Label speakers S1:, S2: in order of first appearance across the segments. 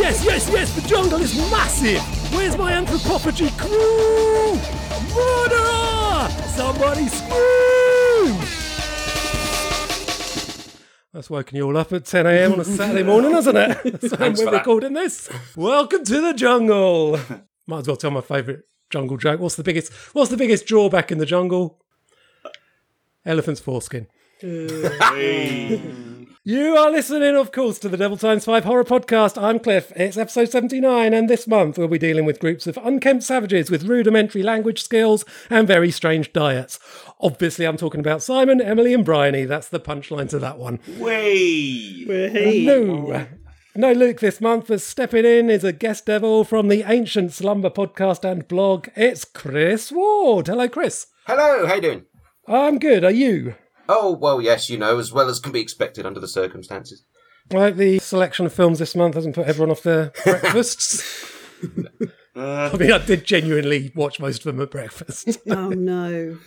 S1: Yes, yes, yes, the jungle is massive! Where's my anthropophagy crew? Murderer! Somebody scream! That's woken you all up at 10 a.m. on a Saturday morning, hasn't it? That's when
S2: Thanks for
S1: we're
S2: that.
S1: recording this. Welcome to the jungle. Might as well tell my favourite jungle joke. What's the biggest? What's the biggest drawback in the jungle? Elephant's foreskin. You are listening, of course, to the Devil Times 5 Horror Podcast. I'm Cliff. It's episode 79, and this month we'll be dealing with groups of unkempt savages with rudimentary language skills and very strange diets. Obviously, I'm talking about Simon, Emily, and Bryony. That's the punchline to that one.
S2: Way.
S1: No. No Luke this month, as stepping in is a guest devil from the Ancient Slumber podcast and blog. It's Chris Ward. Hello, Chris.
S3: Hello, how you doing?
S1: I'm good. Are you?
S3: Oh, well, yes, you know, as well as can be expected under the circumstances.
S1: Like the selection of films this month hasn't put everyone off their breakfasts. I mean, I did genuinely watch most of them at breakfast.
S4: Oh no.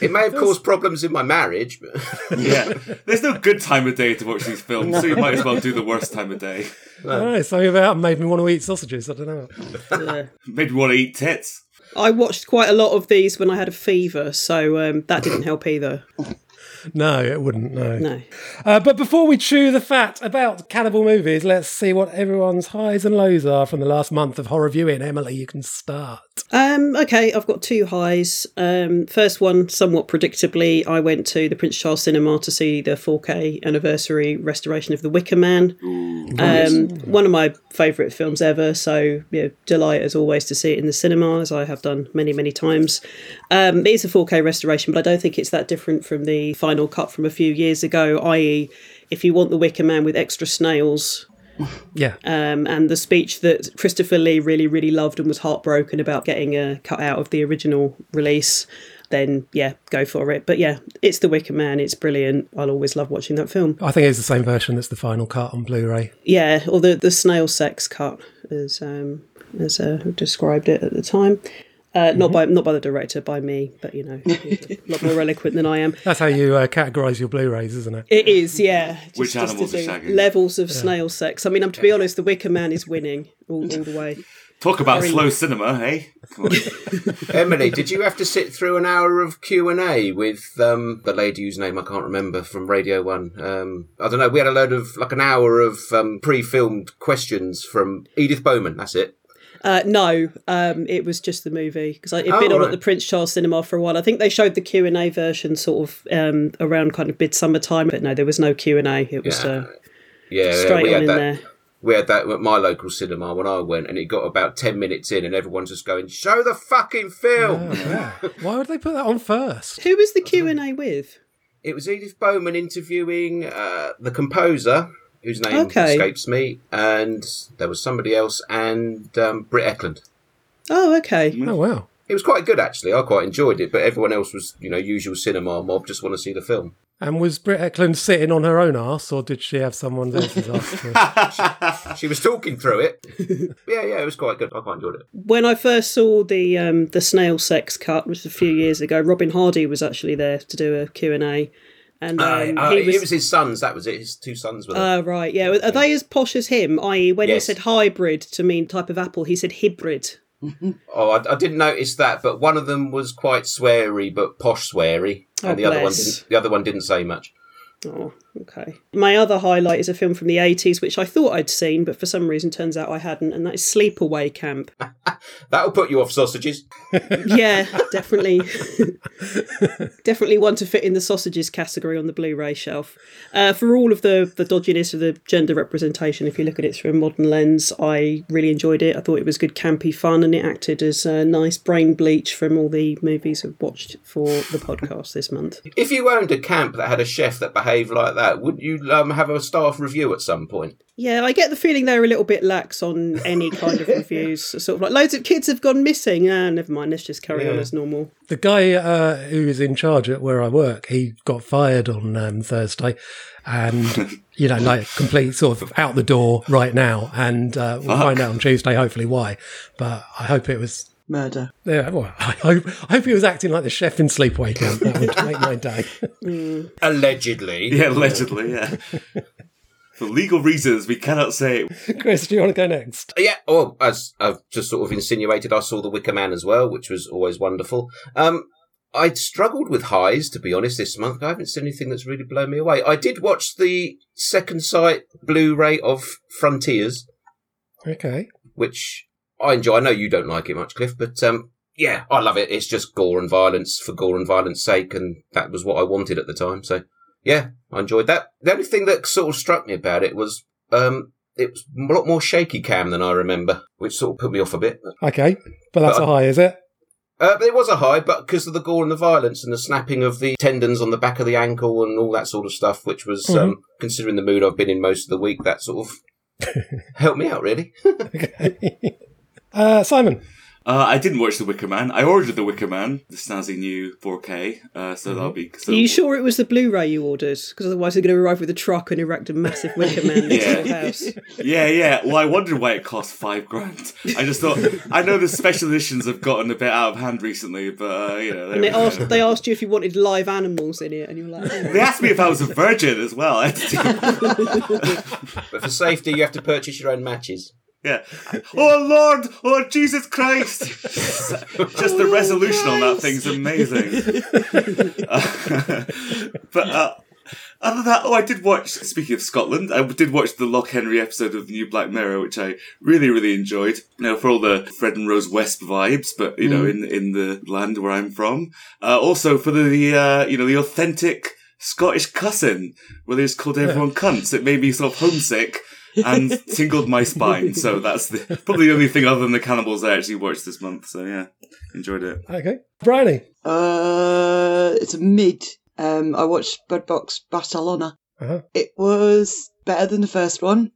S3: It may have caused problems in my marriage, but
S2: Yeah. There's no good time of day to watch these films, so you might as well do the worst time of day.
S1: I don't know, something about it made me want to eat sausages. I don't know.
S2: Maybe you want to eat tits.
S4: I watched quite a lot of these when I had a fever, so um, that didn't help either.
S1: No, it wouldn't. No.
S4: No.
S1: Uh, but before we chew the fat about cannibal movies, let's see what everyone's highs and lows are from the last month of horror viewing. Emily, you can start.
S4: Um, okay, I've got two highs. Um, first one, somewhat predictably, I went to the Prince Charles Cinema to see the 4K anniversary restoration of The Wicker Man. Um, one of my favourite films ever, so yeah, delight as always to see it in the cinema, as I have done many, many times. Um, it is a 4K restoration, but I don't think it's that different from the final cut from a few years ago, i.e., if you want The Wicker Man with extra snails,
S1: Yeah.
S4: um, and the speech that Christopher Lee really, really loved and was heartbroken about getting a cut out of the original release, then yeah, go for it. But yeah, it's The Wicker Man. It's brilliant. I'll always love watching that film.
S1: I think it's the same version that's the final cut on Blu ray.
S4: Yeah, or the, the snail sex cut, as um, as uh, who described it at the time. Uh, Not by not by the director, by me, but you know, a lot more eloquent than I am.
S1: That's how you uh, categorise your Blu rays, isn't it?
S4: It is, yeah. Just,
S2: Which
S4: just to
S2: animals are
S4: do
S2: shagging?
S4: Levels of snail sex. I mean, I'm to be honest, The Wicker Man is winning all, all the way.
S2: Talk about slow cinema, hey? Come on.
S3: Emily, did you have to sit through an hour of Q and A with um, the lady whose name I can't remember from Radio One? Um, I don't know. We had a load of like an hour of um, pre-filmed questions from Edith Bowman. That's it.
S4: Uh, no, um, it was just the movie because it had
S3: Oh,
S4: been on
S3: right.
S4: at the Prince Charles Cinema for a while. I think they showed the Q and A version sort of um, around kind of midsummer time, but no, there was no Q and A. It was
S3: Yeah.
S4: uh,
S3: Yeah,
S4: straight
S3: we
S4: on
S3: had
S4: in
S3: that.
S4: there.
S3: We had that at my local cinema when I went, and it got about ten minutes in, and everyone's just going, "Show the fucking film."
S1: Mm. Why would they put that on first?
S4: Who was the Q and A with?
S3: It was Edith Bowman interviewing uh, the composer, whose name
S4: Okay.
S3: escapes me, and there was somebody else, and um, Britt Eklund.
S4: Oh, okay.
S1: Oh, wow.
S3: It was quite good, actually. I quite enjoyed it, but everyone else was, you know, usual cinema mob, just want to see the film.
S1: And was Britt Eklund sitting on her own arse, or did she have someone else's arse? to-
S3: She was talking through it. yeah, yeah, it was quite good. I quite enjoyed it.
S4: When I first saw the um, the snail sex cut, which was a few years ago, Robin Hardy was actually there to do a Q and A, and um,
S3: Uh,
S4: he
S3: it was his sons, that was it. His two sons were there.
S4: Oh, right. Yeah. Are they as posh as him? I.e., when
S3: Yes.
S4: he said hybrid to mean type of apple, he said hybrid.
S3: oh, I, I didn't notice that, but one of them was quite sweary, but posh sweary, and
S4: Oh,
S3: the other one
S4: bless.
S3: didn't, the other one didn't say much.
S4: Oh, okay. My other highlight is a film from the 80s, which I thought I'd seen, but for some reason turns out I hadn't, and that is Sleepaway Camp.
S3: That'll put you off sausages.
S4: yeah, definitely. definitely one to fit in the sausages category on the Blu ray shelf. Uh, for all of the, the dodginess of the gender representation, if you look at it through a modern lens, I really enjoyed it. I thought it was good, campy fun, and it acted as a nice brain bleach from all the movies I've watched for the podcast this month.
S3: If you owned a camp that had a chef that behaved like that, wouldn't you um, have a staff review at some point?
S4: Yeah, I get the feeling they're a little bit lax on any kind of reviews. Sort of like loads of kids have gone missing. Ah, never mind. Let's just carry on as normal.
S1: the guy uh, who is in charge at where I work, he got fired on um, Thursday, and you know, like complete sort of out the door right now. And uh, we'll find out on Tuesday, hopefully, why. But I hope it was.
S5: murder.
S1: Yeah, well, I hope I hope he was acting like the chef in Sleepaway Camp. That would make my day.
S3: Allegedly.
S2: Yeah, allegedly, yeah. For legal reasons, we cannot say.
S1: Chris, do you want to go next?
S3: Yeah, well, as I've just sort of insinuated, I saw The Wicker Man as well, which was always wonderful. Um, I struggled with highs, to be honest, this month. I haven't seen anything that's really blown me away. I did watch the second sight Blu-ray of Frontiers,
S1: Okay.
S3: which I enjoy. I know you don't like it much, Cliff, but um, yeah, I love it. It's just gore and violence for gore and violence sake, and that was what I wanted at the time. So yeah, I enjoyed that. The only thing that sort of struck me about it was um, it was a lot more shaky cam than I remember, which sort of put me off a bit.
S1: Okay. But that's
S3: But
S1: a high, is it?
S3: Uh, but it was a high, but because of the gore and the violence and the snapping of the tendons on the back of the ankle and all that sort of stuff, which was, um, considering the mood I've been in most of the week, that sort of helped me out, really.
S1: Okay. uh, Simon.
S2: Uh, I didn't watch The Wicker Man. I ordered The Wicker Man, the snazzy new 4K. Uh, so that'll be. So
S4: Are Mm-hmm. you sure it was the Blu-ray you ordered? Because otherwise they're going to arrive with a truck and erect a massive wicker man next to your house.
S2: Yeah, yeah. Well, I wondered why it cost five grand. I just thought I know the special editions have gotten a bit out of hand recently, but uh, you know.
S4: And they
S2: there we go.
S4: asked, they asked you if you wanted live animals in it, and you're like, oh.
S2: They asked me if I was a virgin as well. I had to do-
S3: But for safety, you have to purchase your own matches.
S2: yeah. Oh Lord! Oh Jesus Christ! Just the resolution on that thing's amazing. Uh, but uh, other than that, oh, I did watch. Speaking of Scotland, I did watch the Lock Henry episode of the new Black Mirror, which I really, really enjoyed. You know, for all the Fred and Rose West vibes, but you know,
S5: Mm.
S2: in in the land where I'm from. Uh, also for the, uh, you know the authentic Scottish cussing, where they just called everyone cunts. It made me sort of homesick. and tingled my spine, so that's the, probably the only thing other than the cannibals I actually watched this month. So yeah, enjoyed it.
S1: Okay. Bryony.
S5: Uh, it's a mid. Um, I watched Bird Box Barcelona.
S1: Uh-huh.
S5: It was better than the first one,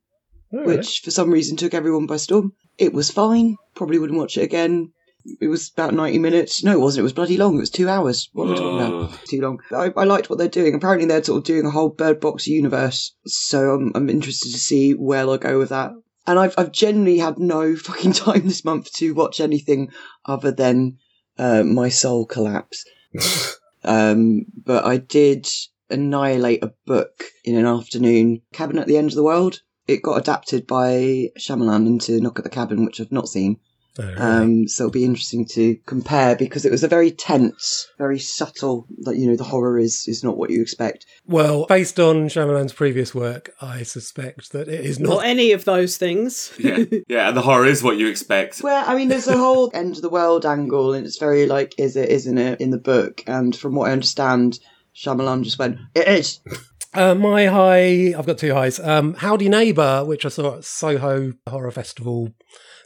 S1: All right.
S5: which for some reason took everyone by storm. It was fine. Probably wouldn't watch it again. It was about 90 minutes. No, it wasn't. It was bloody long. It was two hours. What am I talking
S2: Oh,
S5: about? Too long. I, I liked what they're doing. Apparently, they're sort of doing a whole Bird Box universe. So I'm, I'm interested to see where they'll go with that. And I've, I've generally had no fucking time this month to watch anything other than uh, My Soul Collapse. Um, but I did annihilate a book in an afternoon. Cabin at the End of the World. It got adapted by Shyamalan into Knock at the Cabin, which I've not seen.
S1: All right.
S5: Um, so it'll be interesting to compare because it was a very tense, very subtle. That you know, the horror is is not what you expect.
S1: well, based on Shyamalan's previous work, I suspect that it is
S4: not
S1: not.
S4: any of those things.
S2: yeah, yeah. And the horror is what you expect.
S5: Well, I mean, there's a whole end of the world angle, and it's very like, is it, isn't it, in the book. And from what I understand, Shyamalan just went, it is.
S1: Uh, my high, I've got two highs. Um, Howdy Neighbour, which I saw at Soho Horror Festival,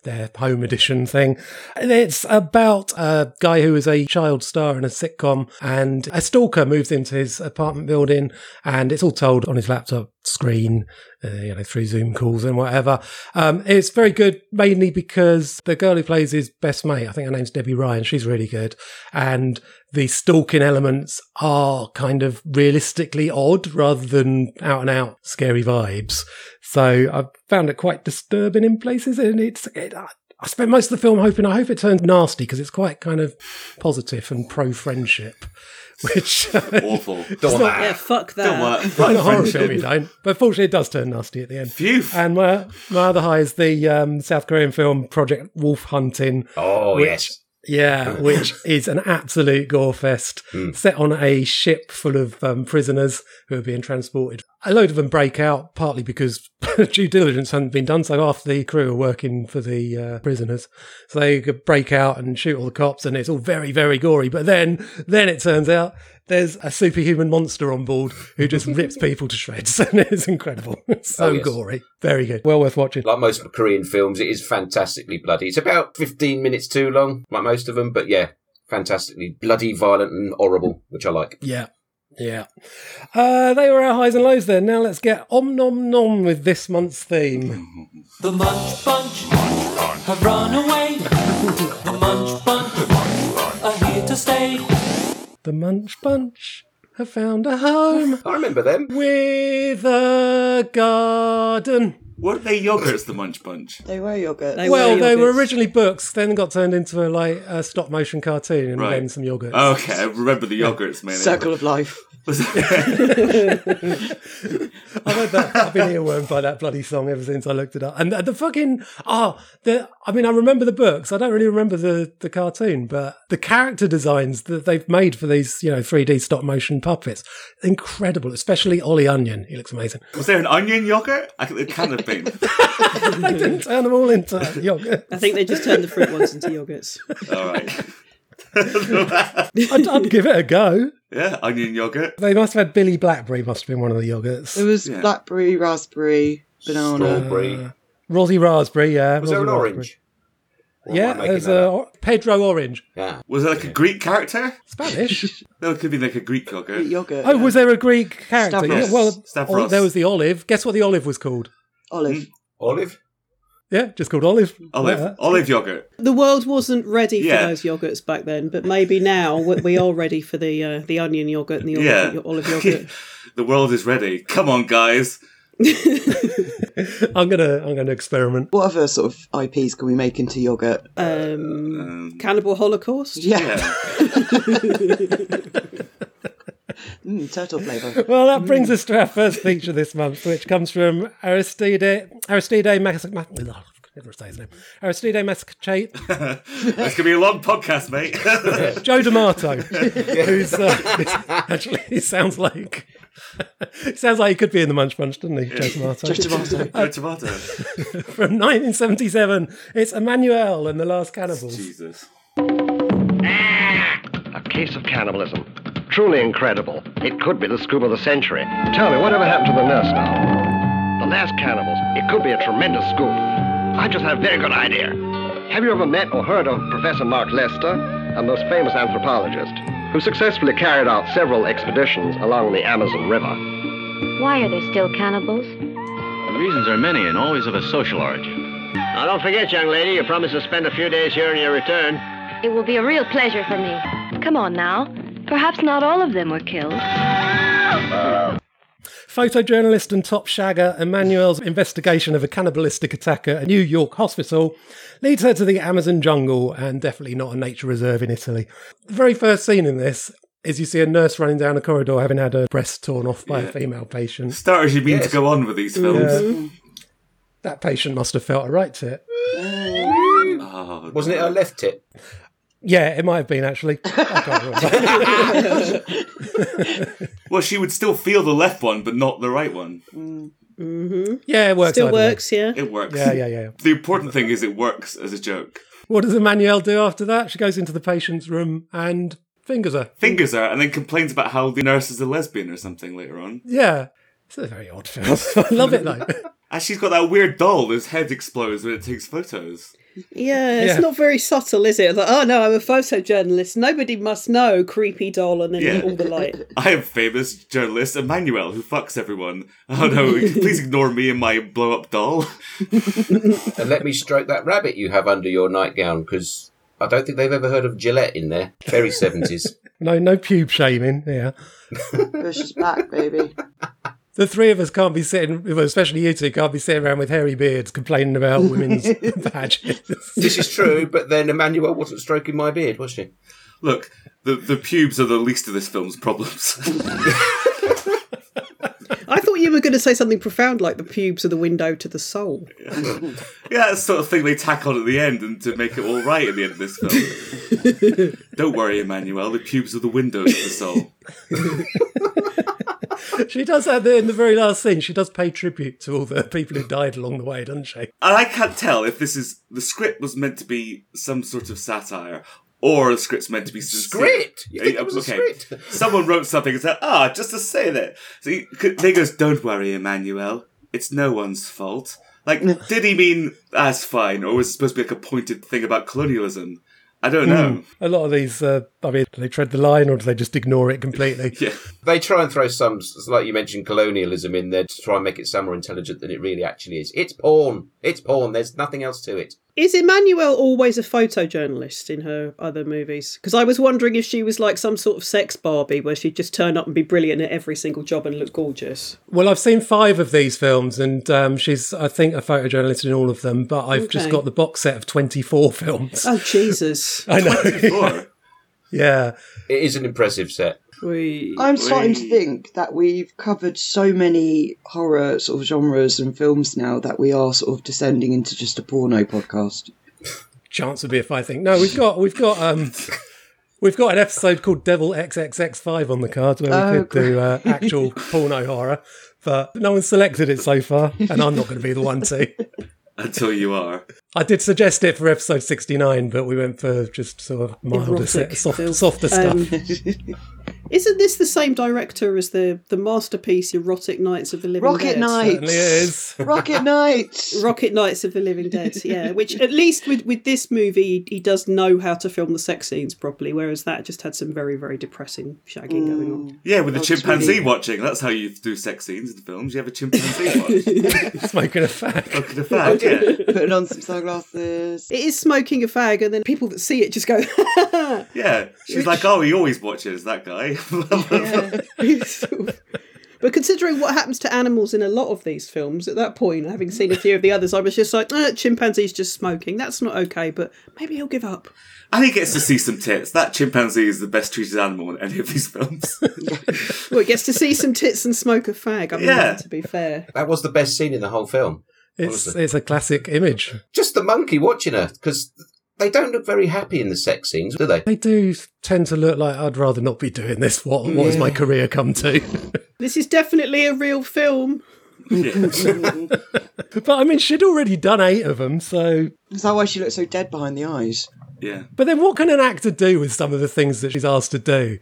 S1: their home edition thing. And it's about a guy who is a child star in a sitcom, and a stalker moves into his apartment building, and it's all told on his laptop screen, uh, you know, through Zoom calls and whatever. Um, it's very good, mainly because the girl who plays his best mate, I think her name's Debbie Ryan, she's really good. And the stalking elements are kind of realistically odd rather than out and out scary vibes. So I found it quite disturbing in places, and it's. It, I, I spent most of the film hoping I hope it turns nasty because it's quite kind of positive and pro friendship, which
S2: Awful.
S3: Don't want
S4: Yeah,
S3: that.
S4: fuck
S2: Don't
S4: that.
S2: work.
S1: in
S2: Fuck
S1: a horror film you
S2: friendship.
S1: don't. But fortunately, it does turn nasty at the end.
S2: Phew.
S1: And my, my other high is the um, South Korean film Project Wolf Hunting,
S3: Oh,
S1: Which-
S3: yes.
S1: yeah, which is an absolute gore fest
S3: Hmm.
S1: set on a ship full of um, prisoners who are being transported. A load of them break out, partly because due diligence hadn't been done. So half the crew are working for the uh, prisoners, so they could break out and shoot all the cops, and it's all very, very gory. But then, then it turns out there's a superhuman monster on board who just rips people to shreds, and it's incredible. It's so
S3: Oh, yes.
S1: gory, very good, well worth watching.
S3: Like most Korean films, it is fantastically bloody. It's about 15 minutes too long, like most of them, but yeah, fantastically bloody, violent, and horrible, which I like.
S1: Yeah. Yeah. Uh, they were our highs and lows then. Now let's get om nom nom with this month's theme.
S6: The Munch Bunch have run away. The Munch Bunch are here to stay.
S1: The Munch Bunch have found a home
S3: I remember them.
S1: with a garden.
S2: Weren't they yogurts, the Munch Bunch?
S5: They were yogurt.
S4: They
S1: Well,
S4: were
S1: they were
S4: yogurts.
S1: originally books, then got turned into a, like a stop motion cartoon and
S2: Right. Oh,
S1: then some yogurt.
S2: Okay, I remember the yogurts, man.
S5: Circle of life.
S1: I've heard that. I've been earwormed by that bloody song ever since I looked it up. And the, the fucking ah, the I mean, I remember the books. I don't really remember the the cartoon, but the character designs that they've made for these, you know, three D stop motion puppets, incredible. Especially Ollie Onion, he looks amazing.
S2: Was there an onion yogurt? I, think it can have been.
S1: they didn't turn them all into yogurt.
S4: I think they just turned the fruit ones into yogurts.
S2: All right.
S1: I'd, I'd give it a go.
S2: yeah, onion yogurt.
S1: They must have had Billy Blackberry. Must have been one of the yogurts.
S5: There was
S2: Yeah.
S5: blackberry, raspberry, banana.
S3: Strawberry.
S1: Rosie Raspberry. Yeah.
S3: Was there an
S1: Rosie Raspberry.
S3: orange? Or am I
S1: Yeah,
S3: making
S1: there's
S3: that
S1: a
S3: up?
S1: or- Pedro Orange.
S3: Yeah.
S2: Was it like a Greek character?
S1: Spanish.
S2: No, it could be like a Greek yogurt.
S5: Yogurt.
S1: oh, was there a Greek character?
S5: Stavros.
S1: Yeah, well,
S2: Stavros.
S1: oh, there was the olive. Guess what the olive was called?
S5: Olive.
S3: Olive?
S1: Yeah, just called olive.
S2: Olive.
S1: Yeah.
S2: Olive yogurt.
S4: The world wasn't ready
S2: Yeah.
S4: for those yogurts back then, but maybe now we we are ready for the uh, the onion yogurt and the olive,
S2: Yeah.
S4: olive yogurt.
S2: The world is ready. Come on, guys.
S1: I'm gonna, I'm gonna experiment.
S5: What other sort of IPs can we make into yogurt?
S4: Um,
S2: Um,
S4: Cannibal Holocaust.
S5: Yeah,
S2: yeah.
S5: mm, turtle flavour.
S1: Well, that brings us to our first feature this month, which comes from Aristide Aristide Mas- Ma- ugh, never say his name. Aristide Mascate,
S2: That's gonna be a long podcast, mate.
S1: Joe D'Amato, who's uh, actually he sounds like he sounds like he could be in the Munch Bunch, doesn't he? Joe D'Amato.
S5: Just tomato.
S2: No tomato.
S1: from 1977. It's Emmanuel and the Last Cannibals.
S2: Jesus.
S7: A case of cannibalism. Truly incredible. It could be the scoop of the century. Tell me, whatever happened to the nurse now? The last cannibals. It could be a tremendous scoop. I just had a very good idea. Have you ever met or heard of Professor Mark Lester, a most famous anthropologist, who successfully carried out several expeditions along the Amazon River?
S8: Why are there still cannibals?
S9: The reasons are many and always of a social origin.
S7: Now, don't forget, young lady, you promised to spend a few days here on your return.
S8: It will be a real pleasure for me. Come on now. Perhaps not all of them were killed.
S1: Photojournalist and top shagger Emmanuel's investigation of a cannibalistic attack at a New York hospital leads her to the Amazon jungle and definitely not a nature reserve in Italy. The very first scene in this is you see a nurse running down a corridor having had her breast torn off by a female patient.
S2: Start as you mean to go on with these films.
S1: That patient must have felt a right to it.
S2: Oh,
S3: Wasn't it her left tip?
S1: Yeah, it might have been actually. I can't remember.
S2: well, she would still feel the left one, but not the right one.
S1: yeah, it works.
S4: Still
S1: either way.
S4: works, yeah.
S2: It works.
S1: Yeah, yeah, yeah.
S2: The important thing is it works as a joke.
S1: What does Emmanuel do after that? She goes into the patient's room and fingers her.
S2: Fingers her and then complains about how the nurse is a lesbian or something later on.
S1: Yeah. It's a very odd film. I love it though.
S2: And she's got that weird doll whose head explodes when it takes photos.
S4: Yeah, it's
S1: Yeah.
S4: not very subtle, is it? It's like, oh no, I'm a photojournalist. Nobody must know. Creepy doll, and then
S2: Yeah.
S4: all the light.
S2: I am famous journalist Emmanuel who fucks everyone. Oh no, please ignore me and my blow up doll.
S3: and let me stroke that rabbit you have under your nightgown because I don't think they've ever heard of Gillette in there. Very 70s.
S1: No, no pube shaming. Yeah.
S5: Push us back, baby.
S1: The three of us can't be sitting, well, especially you two, can't be sitting around with hairy beards complaining about women's badges.
S3: this is true, but then Emmanuel wasn't stroking my beard, was she?
S2: Look, the, the pubes are the least of this film's problems.
S4: I thought you were going to say something profound like the pubes are the window to the soul.
S2: yeah, that's the sort of thing they tack on at the end and to make it all right at the end of this film. Don't worry, Emmanuel, the pubes are the windows of the soul.
S1: she does that in the very last scene. She does pay tribute to all the people who died along the way, doesn't she?
S2: And I can't tell if this is the script was meant to be some sort of satire or the script's meant to be sincere.
S3: Script? You think
S2: Uh,
S3: it was a script?
S2: Someone wrote something and said, "Ah, just to say that." So he, they goes, "Don't worry, Emmanuel. It's no one's fault." Like, did he mean that's fine, or was it supposed to be like a pointed thing about colonialism? I don't know.
S3: Hmm.
S1: A lot of these, uh, I mean, do they tread the line or do they just ignore it completely?
S2: Yeah,
S3: They try and throw some, like you mentioned, colonialism in there to try and make it sound more intelligent than it really actually is. It's porn. It's porn. There's nothing else to it.
S4: Is Emmanuel always a photojournalist in her other movies? Because I was wondering if she was like some sort of sex Barbie where she'd just turn up and be brilliant at every single job and look gorgeous.
S1: Well, I've seen five of these films, and um, she's, I think, a photojournalist in all of them. But I've just
S4: Okay. Uh,
S1: got the box set of twenty-four films.
S4: Oh, Jesus.
S1: I know.
S2: or
S1: yeah.
S3: It is an impressive set.
S4: Sweet.
S5: I'm starting to
S2: Wee.
S5: think that we've covered so many horror sort of genres and films now that we are sort of descending into just a porno podcast.
S1: Chance would be if I think. No, we've got we've got um we've got an episode called Devil XXX5 on the cards where we
S5: Oh,
S1: could do uh, actual porno horror, but no one's selected it so far, and I'm not going to be the one to.
S2: Until you are.
S1: I did suggest it for episode 69, but we went for just sort of milder,
S4: Erotic
S1: set, soft,
S4: film.
S1: softer stuff.
S4: Um, isn't this the same director as the the masterpiece Erotic Nights of the Living
S5: Rocket
S4: Dead?
S5: Knights!
S1: Certainly is.
S5: Rocket Knights!
S4: Rocket Knights of the Living Dead, yeah. Which at least with, with this movie, he does know how to film the sex scenes properly, whereas that just had some very very depressing shagging going on.
S2: Yeah, with a
S5: That's
S2: chimpanzee
S5: really-
S2: watching. That's how you do sex scenes in films. You have a chimpanzee watch.
S1: Smoking a fag.
S2: Look at the fact, yeah.
S5: Putting on some sunglasses.
S4: It is smoking a fag, and then people that see it just go,
S2: Yeah. She's like, oh, he always watches, that guy.
S4: But considering what happens to animals in a lot of these films, at that point, having seen a few of the others, I was just like, "Uh, chimpanzee's just smoking. That's not okay, but maybe he'll give up.
S2: and he gets to see some tits. That chimpanzee is the best treated animal in any of these films.
S4: Well, he gets to see some tits and smoke a fag. I mean,
S2: Yeah.
S4: to be fair.
S3: That was the best scene in the whole film.
S1: It's,
S3: Honestly.
S1: it's a classic image.
S3: Just the monkey watching her, because they don't look very happy in the sex scenes, do they?
S1: They do tend to look like I'd rather not be doing this. What what has my career come to?
S4: This is definitely a real film.
S2: yeah.
S1: but I mean, she'd already done eight of them, so.
S5: Is that why she looks so dead behind the eyes?
S2: Yeah.
S1: But then, what can an actor do with some of the things that she's asked to do?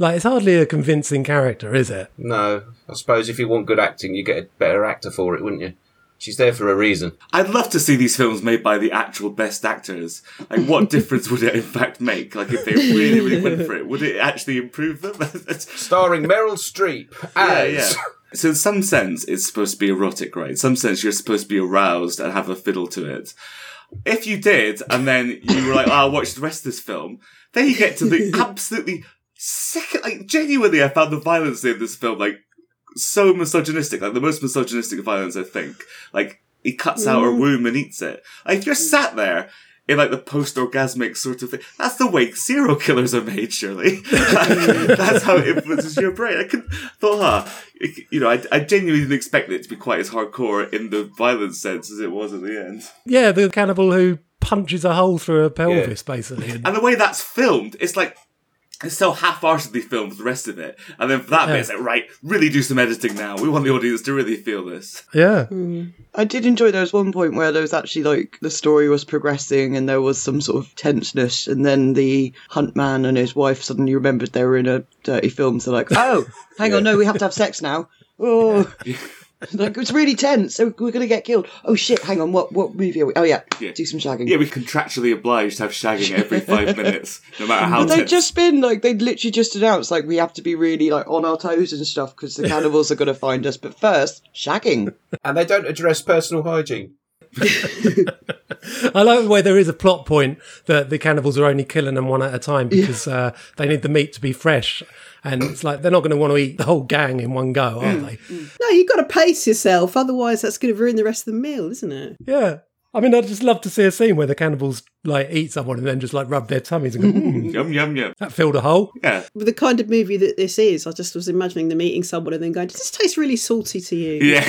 S1: Like, it's hardly a convincing character, is it?
S3: No. I suppose if you want good acting, you get a better actor for it, wouldn't you? She's there for a reason.
S2: I'd love to see these films made by the actual best actors. Like, what difference would it in fact make? Like, if they really, really went for it, would it actually improve them? That's-
S3: Starring Meryl Streep
S2: yeah,
S3: as.
S2: yeah. So, in some sense, it's supposed to be erotic, right? In some sense, you're supposed to be aroused and have a fiddle to it. If you did, and then you were like, oh, I'll watch the rest of this film, then you get to the absolutely second, like, genuinely, I found the violence in this film, like, so misogynistic, like the most misogynistic violence, I think. Like, he cuts out her womb and eats it. Like, if you're sat there in like the post orgasmic sort of thing, that's the way serial killers are made, surely. that's how it influences your brain. I could, thought, ah, it- you know, I, I genuinely didn't expect it to be quite as hardcore in the violence sense as it was at the end.
S1: Yeah, the cannibal who punches a hole through her pelvis, basically. And
S2: And the way that's filmed, it's like it's so half-heartedly filmed the rest of it, and then for that bit, it's like right, really do some editing now. We want the audience to really feel this.
S1: yeah.
S5: I did enjoy there was one point where there was actually like the story was progressing and there was some sort of tenseness and then the huntman and his wife suddenly remembered they were in a dirty film so like oh hang on no we have to have sex now oh like it's really tense so we're gonna get killed oh shit hang on what what movie are we oh yeah,
S2: Yeah.
S5: do some shagging
S2: Yeah, we're contractually obliged to have shagging every five minutes, no matter how.
S5: but they've
S2: tense.
S5: just been like they literally just announced like we have to be really like on our toes and stuff because the cannibals are gonna find us but first shagging
S3: And they don't address personal hygiene.
S1: I like the way there is a plot point that the cannibals are only killing them one at a time because uh, they need the meat to be fresh. And it's like they're not going to want to eat the whole gang in one go, are they?
S4: No, you've got to pace yourself, otherwise, that's going to ruin the rest of the meal, isn't it?
S1: Yeah. I mean, I'd just love to see a scene where the cannibals like eat someone and then just like rub their tummies and go, "Mm,
S2: yum yum yum.
S1: that filled a hole.
S2: Yeah,
S4: With the kind of movie that this is, I just was imagining them eating someone and then going, Does this taste really salty to you?
S2: yeah.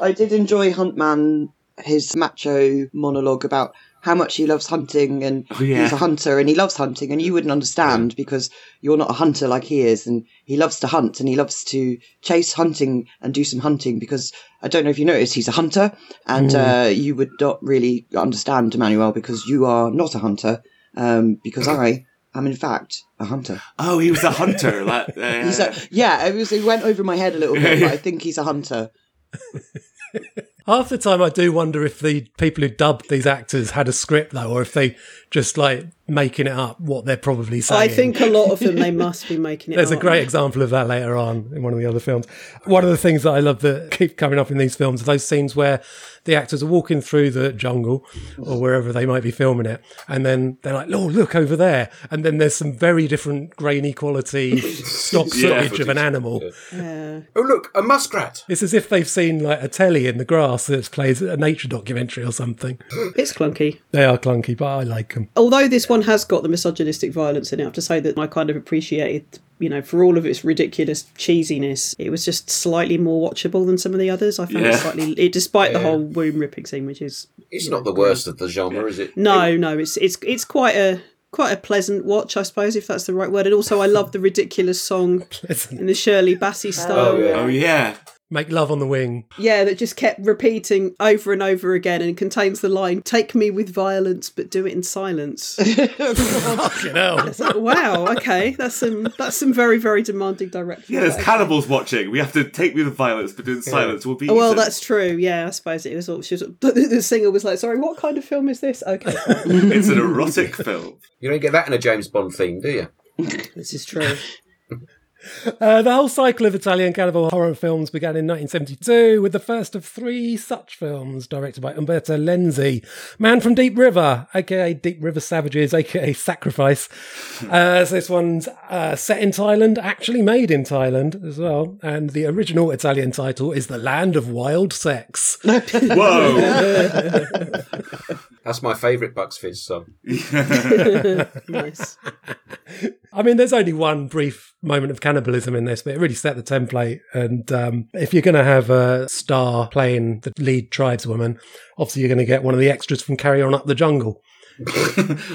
S5: I did enjoy Huntman, his macho monologue about how much he loves hunting and
S2: yeah.
S5: he's a hunter and he loves hunting and you wouldn't understand because you're not a hunter like he is and he loves to hunt and he loves to chase hunting and do some hunting because I don't know if you noticed he's a hunter and uh, you would not really understand Emmanuel because you are not a hunter um, because I am in fact a hunter.
S2: Oh, he was a hunter. Like, uh,
S5: He's a, yeah, it, was, it went over my head a little bit, but I think he's a hunter.
S1: Half the time, I do wonder if the people who dubbed these actors had a script though, or if they just like making it up what they're probably saying.
S4: I think a lot of them, they must be making it.
S1: There's a
S4: up.
S1: great example of that later on in one of the other films. One of the things that I love that keep coming up in these films are those scenes where the actors are walking through the jungle or wherever they might be filming it, and then they're like, "Oh, look over there!" And then there's some very different grainy quality stock
S2: Yeah.
S1: footage of an animal.
S4: Yeah.
S3: Oh, look, a muskrat!
S1: It's as if they've seen like a telly in the grass cast that plays a nature documentary or something.
S4: It's clunky.
S1: They are clunky, but I like them.
S4: Although this one has got the misogynistic violence in it, I have to say that I kind of appreciated, you know, for all of its ridiculous cheesiness, it was just slightly more watchable than some of the others. I found
S2: Yeah.
S4: it slightly, it, despite the whole womb ripping scene, which is
S3: It's not the worst of the genre, is it?
S4: No, no, it's it's it's quite a quite a pleasant watch, I suppose, if that's the right word. And also, I love the ridiculous song in the Shirley Bassey style.
S3: Oh, yeah.
S2: Oh yeah.
S1: Make love on the wing.
S4: Yeah, that just kept repeating over and over again, and contains the line "Take me with violence, but do it in silence."
S1: Fucking hell.
S4: It's like, wow, okay, that's some that's some very very demanding direction.
S2: Yeah, there's
S4: Okay.
S2: cannibals watching. We have to take me the violence, but in silence will be.
S4: Oh, Well,
S2: eaten.
S4: that's true. Yeah, I suppose it was. All, she was the singer was like, "Sorry, what kind of film is this?" Okay, fine.
S2: it's an erotic film.
S3: You don't get that in a James Bond theme, do you?
S4: this is true.
S1: Uh, the whole cycle of Italian cannibal horror films began in 1972 with the first of three such films, directed by Umberto Lenzi. Man from Deep River, aka Deep River Savages, aka Sacrifice. Uh, so this one's uh, set in Thailand, actually made in Thailand as well. And the original Italian title is The Land of Wild Sex.
S2: Whoa.
S3: That's my favourite Bucks Fizz song.
S4: nice.
S1: I mean, there's only one brief moment of cannibalism in this, but it really set the template. And um, if you're going to have a star playing the lead tribeswoman, obviously you're going to get one of the extras from Carry On Up the Jungle,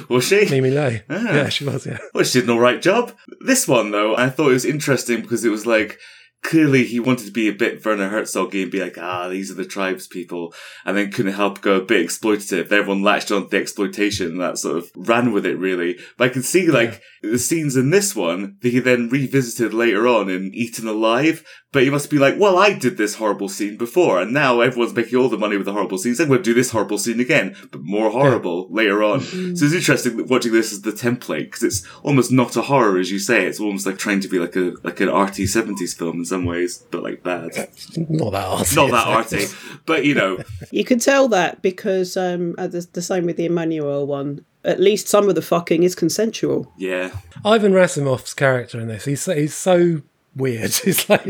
S2: Was she?
S1: Mimi Lowe. Yeah, she was, yeah.
S2: Well, she did an alright job. This one, though, I thought it was interesting because it was like, clearly he wanted to be a bit Werner Herzog and be like, ah, these are the tribes people, and then couldn't help go a bit exploitative. Everyone latched on to the exploitation and that sort of ran with it, really. But I can see, like, the scenes in this one that he then revisited later on in Eaten Alive, but he must be like, well, I did this horrible scene before, and now everyone's making all the money with the horrible scenes, and we'll do this horrible scene again, but more horrible later on. so it's interesting that watching this as the template, because it's almost not a horror, as you say. It's almost like trying to be like a like an arty 70s film in some ways, but like bad.
S1: Not that arty.
S2: not that arty, but you know,
S4: You could tell that because um, uh, the, the same with the Emmanuel one. At least some of the fucking is consensual.
S2: yeah.
S1: Ivan Rasimov's character in this, he's so, he's so weird. It's like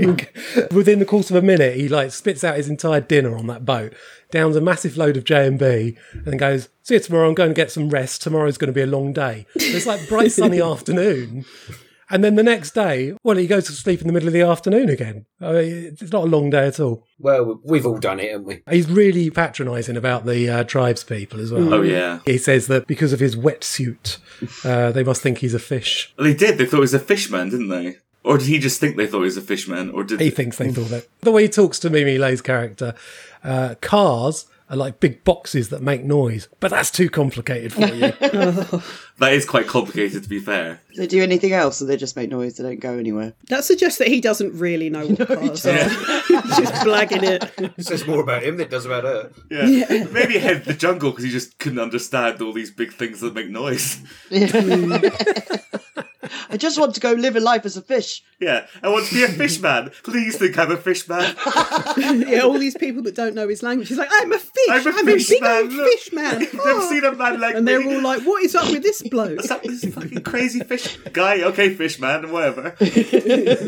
S1: within the course of a minute, he like spits out his entire dinner on that boat, downs a massive load of J and B, and goes, "See you tomorrow. I'm going to get some rest. Tomorrow's going to be a long day." It's like bright sunny afternoon. And then the next day, well, he goes to sleep in the middle of the afternoon again. I mean, it's not a long day at all.
S3: Well, we've all done it, haven't we?
S1: He's really patronising about the uh, tribes people as well.
S2: Oh, yeah.
S1: He says that because of his wetsuit, uh, they must think he's a fish.
S2: They did. They thought he was a fishman, didn't they? Or did he just think they thought he was a fishman? Or did
S1: he thinks they thought that. The way he talks to Mimi Lowe's character, uh, cars are like big boxes that make noise, but that's too complicated for you.
S2: that is quite complicated to be fair?
S5: they do anything else, so they just make noise. They don't go anywhere.
S4: That suggests that he doesn't really know what cars are. He's just blagging it.
S3: It says more about him than it does about her.
S2: Yeah. Maybe he headed the jungle because he just couldn't understand all these big things that make noise.
S5: I just want to go live a life as a fish.
S2: Yeah. I want to be a fishman. Please think I'm a fishman.
S4: Yeah, all these people that don't know his language. He's like, I'm a fish.
S2: I'm
S4: I'm
S2: a
S4: a,
S2: fish
S4: big
S2: man,
S4: old
S2: look."
S4: fish man. Oh.
S2: Never seen a man like
S4: and
S2: me.
S4: they're all like, what is up with this bloke?
S2: What's up with this fucking crazy fish guy? Okay, fishman, whatever.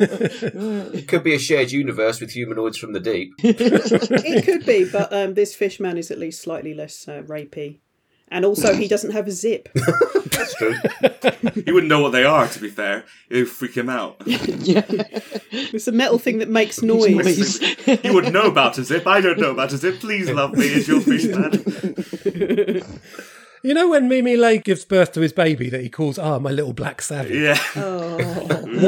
S3: It could be a shared universe with humanoids from the deep.
S4: it could be, but um, this fish man is at least slightly less uh, rapey. And also, he doesn't have a zip.
S3: That's true.
S2: You wouldn't know what they are, to be fair. It would freak him out.
S4: It's a metal thing that makes noise.
S2: You would know about a zip. I don't know about a zip. Please love me as your fishman.
S1: you know when Mimi Lowe gives birth to his baby that he calls, ah, my little black savage?
S2: Yeah.
S4: Oh,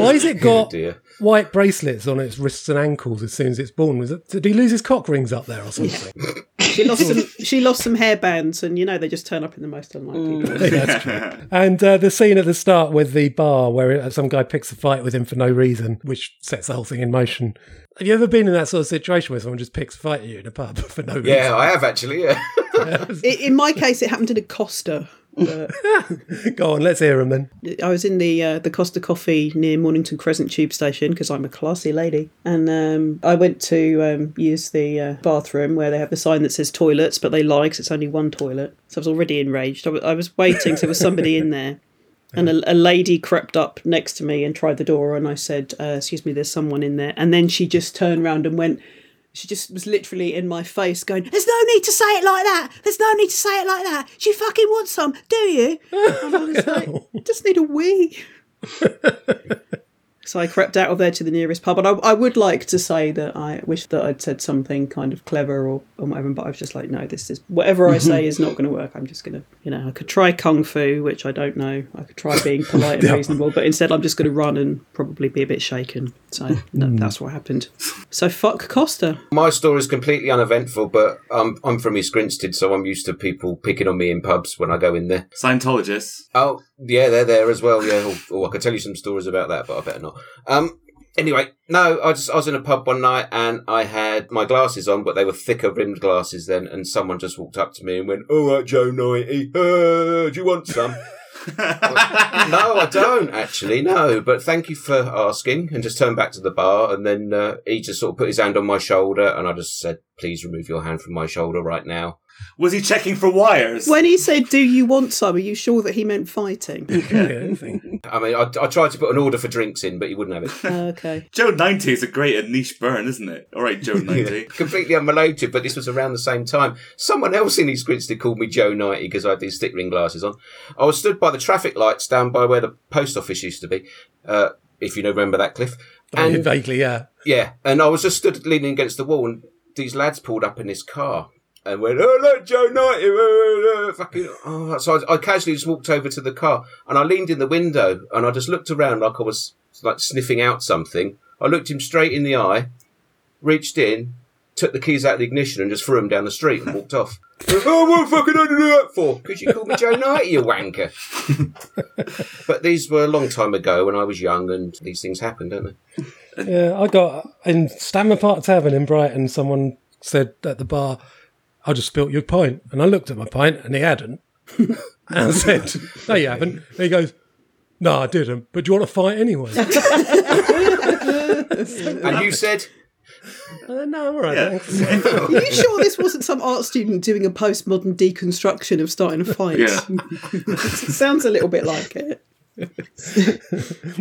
S1: Why has it got
S3: dear.
S1: white bracelets on its wrists and ankles as soon as it's born? Was it, did he lose his cock rings up there or something?
S4: She lost some. She lost some hair bands, and you know they just turn up in the most unlikely. places.
S1: And uh, the scene at the start with the bar where uh, some guy picks a fight with him for no reason, which sets the whole thing in motion. Have you ever been in that sort of situation where someone just picks a fight at you in a pub for no reason?
S3: Yeah, I have actually. Yeah.
S4: I- In my case, it happened in a Costa. But
S1: Go on, let's hear him then.
S4: I was in the uh, the Costa Coffee near Mornington Crescent Tube Station because I'm a classy lady, and um, I went to um, use the uh, bathroom where they have a sign that says toilets, but they lie 'cause it's only one toilet. So I was already enraged. I wa- I was waiting, so there was somebody in there, and a, a lady crept up next to me and tried the door, and I said, uh, "Excuse me, there's someone in there," and then she just turned round and went. She just was literally in my face going, There's no need to say it like that. There's no need to say it like that. You fucking want some, do you? And I was like, just need a wee. so I crept out of there to the nearest pub. And I, I would like to say that I wish that I'd said something kind of clever or, or whatever, but I was just like, no, this is whatever I say is not going to work. I'm just going to, you know, I could try kung fu, which I don't know. I could try being polite and reasonable, but instead I'm just going to run and probably be a bit shaken. So no, that's what happened. So fuck Costa.
S3: My story is completely uneventful, but I'm I'm from East Grinstead, so I'm used to people picking on me in pubs when I go in there.
S2: Scientologists.
S3: Oh, yeah, they're there as well. Yeah, oh, oh, I could tell you some stories about that, but I better not. Um, anyway, no, I just I was in a pub one night and I had my glasses on, but they were thicker rimmed glasses then, and someone just walked up to me and went, "All right, Joe Ninety, uh, do you want some?" no, I don't actually. No, but thank you for asking. And just turned back to the bar, and then uh, he just sort of put his hand on my shoulder, and I just said, "Please remove your hand from my shoulder right now."
S2: Was he checking for wires?
S4: When he said, Do you want some? Are you sure that he meant fighting?
S1: Yeah, anything.
S3: I mean, I, I tried to put an order for drinks in, but he wouldn't have it.
S4: okay.
S2: Joe 90 is a great and niche burn, isn't it? All right, Joe 90.
S3: completely unrelated, but this was around the same time. Someone else in East Grinstead called me Joe Knighty because I had these thick ring glasses on. I was stood by the traffic lights down by where the post office used to be, uh, if you remember that, Cliff. And
S1: Vaguely, Oh, yeah.
S3: yeah, and I was just stood leaning against the wall, and these lads pulled up in this car and went, "Oh look, Joe Knight!" uh, uh, uh, fucking. Oh. So I, I casually just walked over to the car, and I leaned in the window, and I just looked around like I was like sniffing out something. I looked him straight in the eye, reached in, took the keys out of the ignition, and just threw him down the street and walked off. oh, what fucking did I do that for? Because you called me Joe Knight, you wanker. but these were a long time ago when I was young, and these things happen, don't they?
S1: Yeah, I got in Stamford Park Tavern in Brighton. Someone said at the bar, "I just spilt your pint," and I looked at my pint, and he hadn't. and I said, "No, you haven't." And he goes, "No, I didn't." But do you want to fight anyway?
S3: And you said,
S1: Uh, no, I'm all right.
S2: Yeah.
S1: Thanks.
S4: Are you sure this wasn't some art student doing a postmodern deconstruction of starting a fight?
S2: yeah.
S4: It sounds a little bit like it.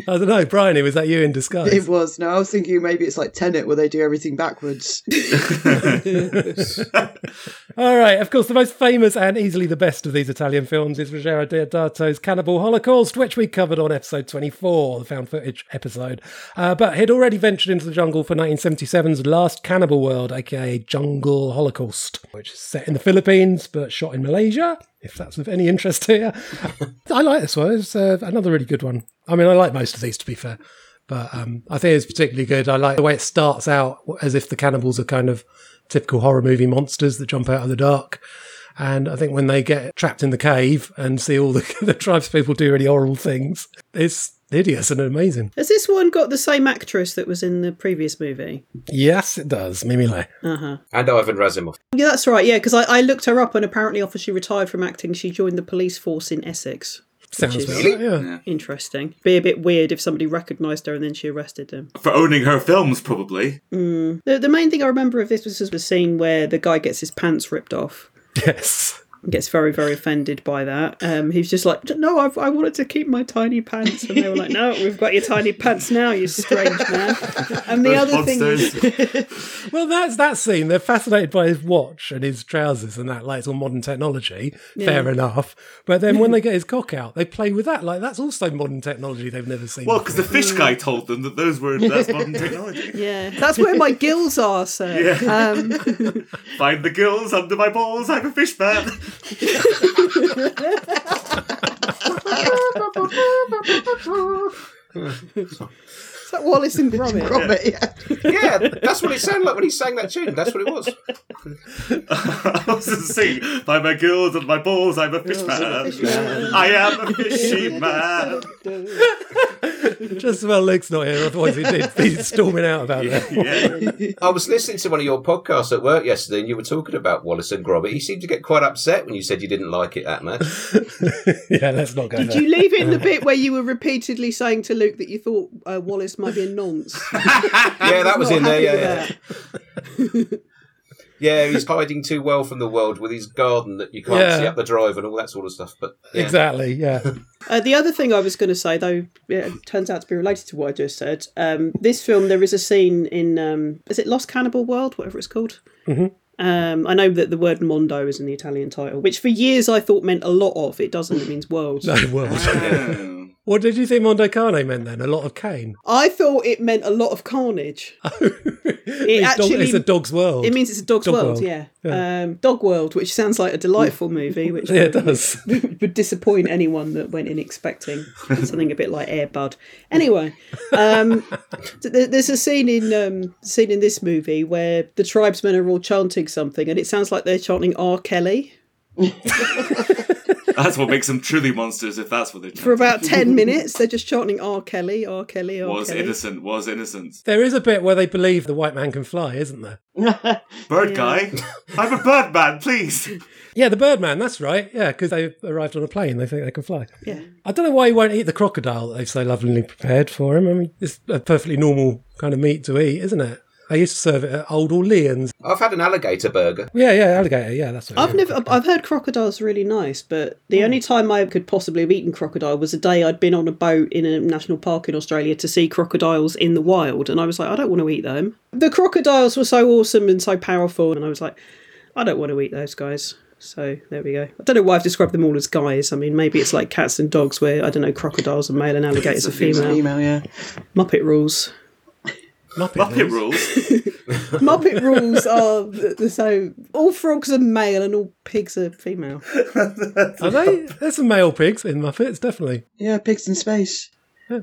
S1: I don't know, Bryony, was that you in
S5: It
S1: disguise?
S5: was. No, I was thinking maybe it's like Tenet where they do everything backwards.
S1: All right, of course, the most famous and easily the best of these Italian films is Rogero Deodato's Cannibal Holocaust, which we covered on episode 24, the found footage episode. Uh, but he'd already ventured into the jungle for 1977's Last Cannibal World, aka Jungle Holocaust, which is set in the Philippines but shot in Malaysia. If that's of any interest to you, I like this one. It's uh, another really good one. I mean, I like most of these, to be fair. but um, I think it's particularly good. I like the way it starts out as if the cannibals are kind of typical horror movie monsters that jump out of the dark. And I think when they get trapped in the cave and see all the, the tribespeople do really horrible things, it's hideous and amazing.
S4: Has this one got the same actress that was in the previous movie?
S1: Yes, it does. Mimile.
S3: and Ivan Razumov.
S4: Yeah, that's right. Yeah, because I, I looked her up, and apparently, after she retired from acting, she joined the police force in Essex.
S1: Sounds
S4: is-
S1: about right, yeah.
S4: Interesting. Be a bit weird if somebody recognised her and then she arrested them.
S2: For owning her films, probably.
S4: The, the main thing I remember of this was just the scene where the guy gets his pants ripped off.
S1: Yes.
S4: and Gets very, very offended by that. Um, he was just like, "No, I've, I wanted to keep my tiny pants," and they were like, "No, we've got your tiny pants now, you strange man." And the
S2: Those
S4: other thing is,
S2: monsters.
S1: Well, that's that scene. They're fascinated by his watch and his trousers and that, like it's all modern technology. Fair enough. But then when they get his cock out, they play with that. Like that's also modern technology they've never seen.
S2: well,
S1: before.
S2: because the fish guy told them that those were that's modern technology.
S4: yeah, that's where my gills are, sir. Um,
S2: Find the gills under my balls. I'm a fish man.
S4: is that Wallace and Gromit?
S5: Gromit, yeah.
S3: Yeah, that's what it sounded like when he sang that tune. That's what it was.
S2: I was just singing. Find my gills under my balls. I'm a fish man. I am a fishy man.
S1: Just well, Luke's not here, otherwise he'd, he'd be storming out about that.
S2: Yeah.
S3: I was listening to one of your podcasts at work yesterday, and you were talking about Wallace and Gromit. He seemed to get quite upset when you said you didn't like it that much.
S1: yeah, let's not go
S4: Did
S1: there.
S4: you leave in the bit where you were repeatedly saying to Luke that you thought uh, Wallace might be a nonce?
S3: yeah, that was
S4: Not
S3: in there. Yeah,
S4: happy with
S3: yeah.
S4: that.
S3: Yeah, he's hiding too well from the world with his garden that you can't
S1: Yeah.
S3: see up the drive and all that sort of stuff. But yeah.
S1: Exactly. Yeah.
S4: Uh, the other thing I was going to say, though, yeah, it turns out to be related to what I just said. Um, this film, there is a scene in, um, is it Lost Cannibal World, whatever it's called?
S1: Mm-hmm.
S4: Um, I know that the word mondo is in the Italian title, which for years I thought meant a lot of. It doesn't, it means world.
S1: No world.
S2: Oh.
S1: What did you think Mondo Carne meant then? A lot of cane.
S4: I thought it meant a lot of carnage.
S1: it
S4: actually-
S1: it's a dog's world.
S4: It means it's a dog's
S1: Dog world.
S4: world, yeah. Um, Dog World, which sounds like a delightful movie, which
S1: yeah, it does.
S4: would disappoint anyone that went in expecting something a bit like Air Bud. Anyway, um, th- th- there's a scene in um, scene in this movie where the tribesmen are all chanting something, and it sounds like they're chanting R. Kelly
S2: That's what makes them truly monsters, if that's what they're
S4: for about ten minutes. They're just chanting R. Kelly, R. Kelly, R.
S2: Was
S4: Kelly.
S2: innocent, was innocent.
S1: There is a bit where they believe the white man can fly, isn't there?
S2: Bird guy? I'm a bird man, please.
S1: Yeah, the Birdman. That's right. Yeah, because they arrived on a plane. They think they can fly.
S4: Yeah.
S1: I don't know why he won't eat the crocodile that they've so lovingly prepared for him. I mean, it's a perfectly normal kind of meat to eat, isn't it? They used to serve it at Old Orleans.
S3: I've had an alligator burger.
S1: Yeah, yeah, alligator. Yeah, that's what it
S4: I've
S1: is.
S4: never. I've heard crocodiles are really nice, but the only time I could possibly have eaten crocodile was the day I'd been on a boat in a national park in Australia to see crocodiles in the wild, and I was like, I don't want to eat them. The crocodiles were so awesome and so powerful, and I was like, I don't want to eat those guys. So there we go. I don't know why I've described them all as guys. I mean, maybe it's like cats and dogs, where I don't know, crocodiles are male and alligators are female.
S5: Female, yeah.
S4: Muppet rules.
S1: Muppet,
S2: Muppet
S1: rules.
S2: rules.
S4: Muppet rules are the, the, so all frogs are male and all pigs are female.
S1: Are they? There's some male pigs in Muppets, definitely.
S5: Yeah, pigs in space.
S1: Are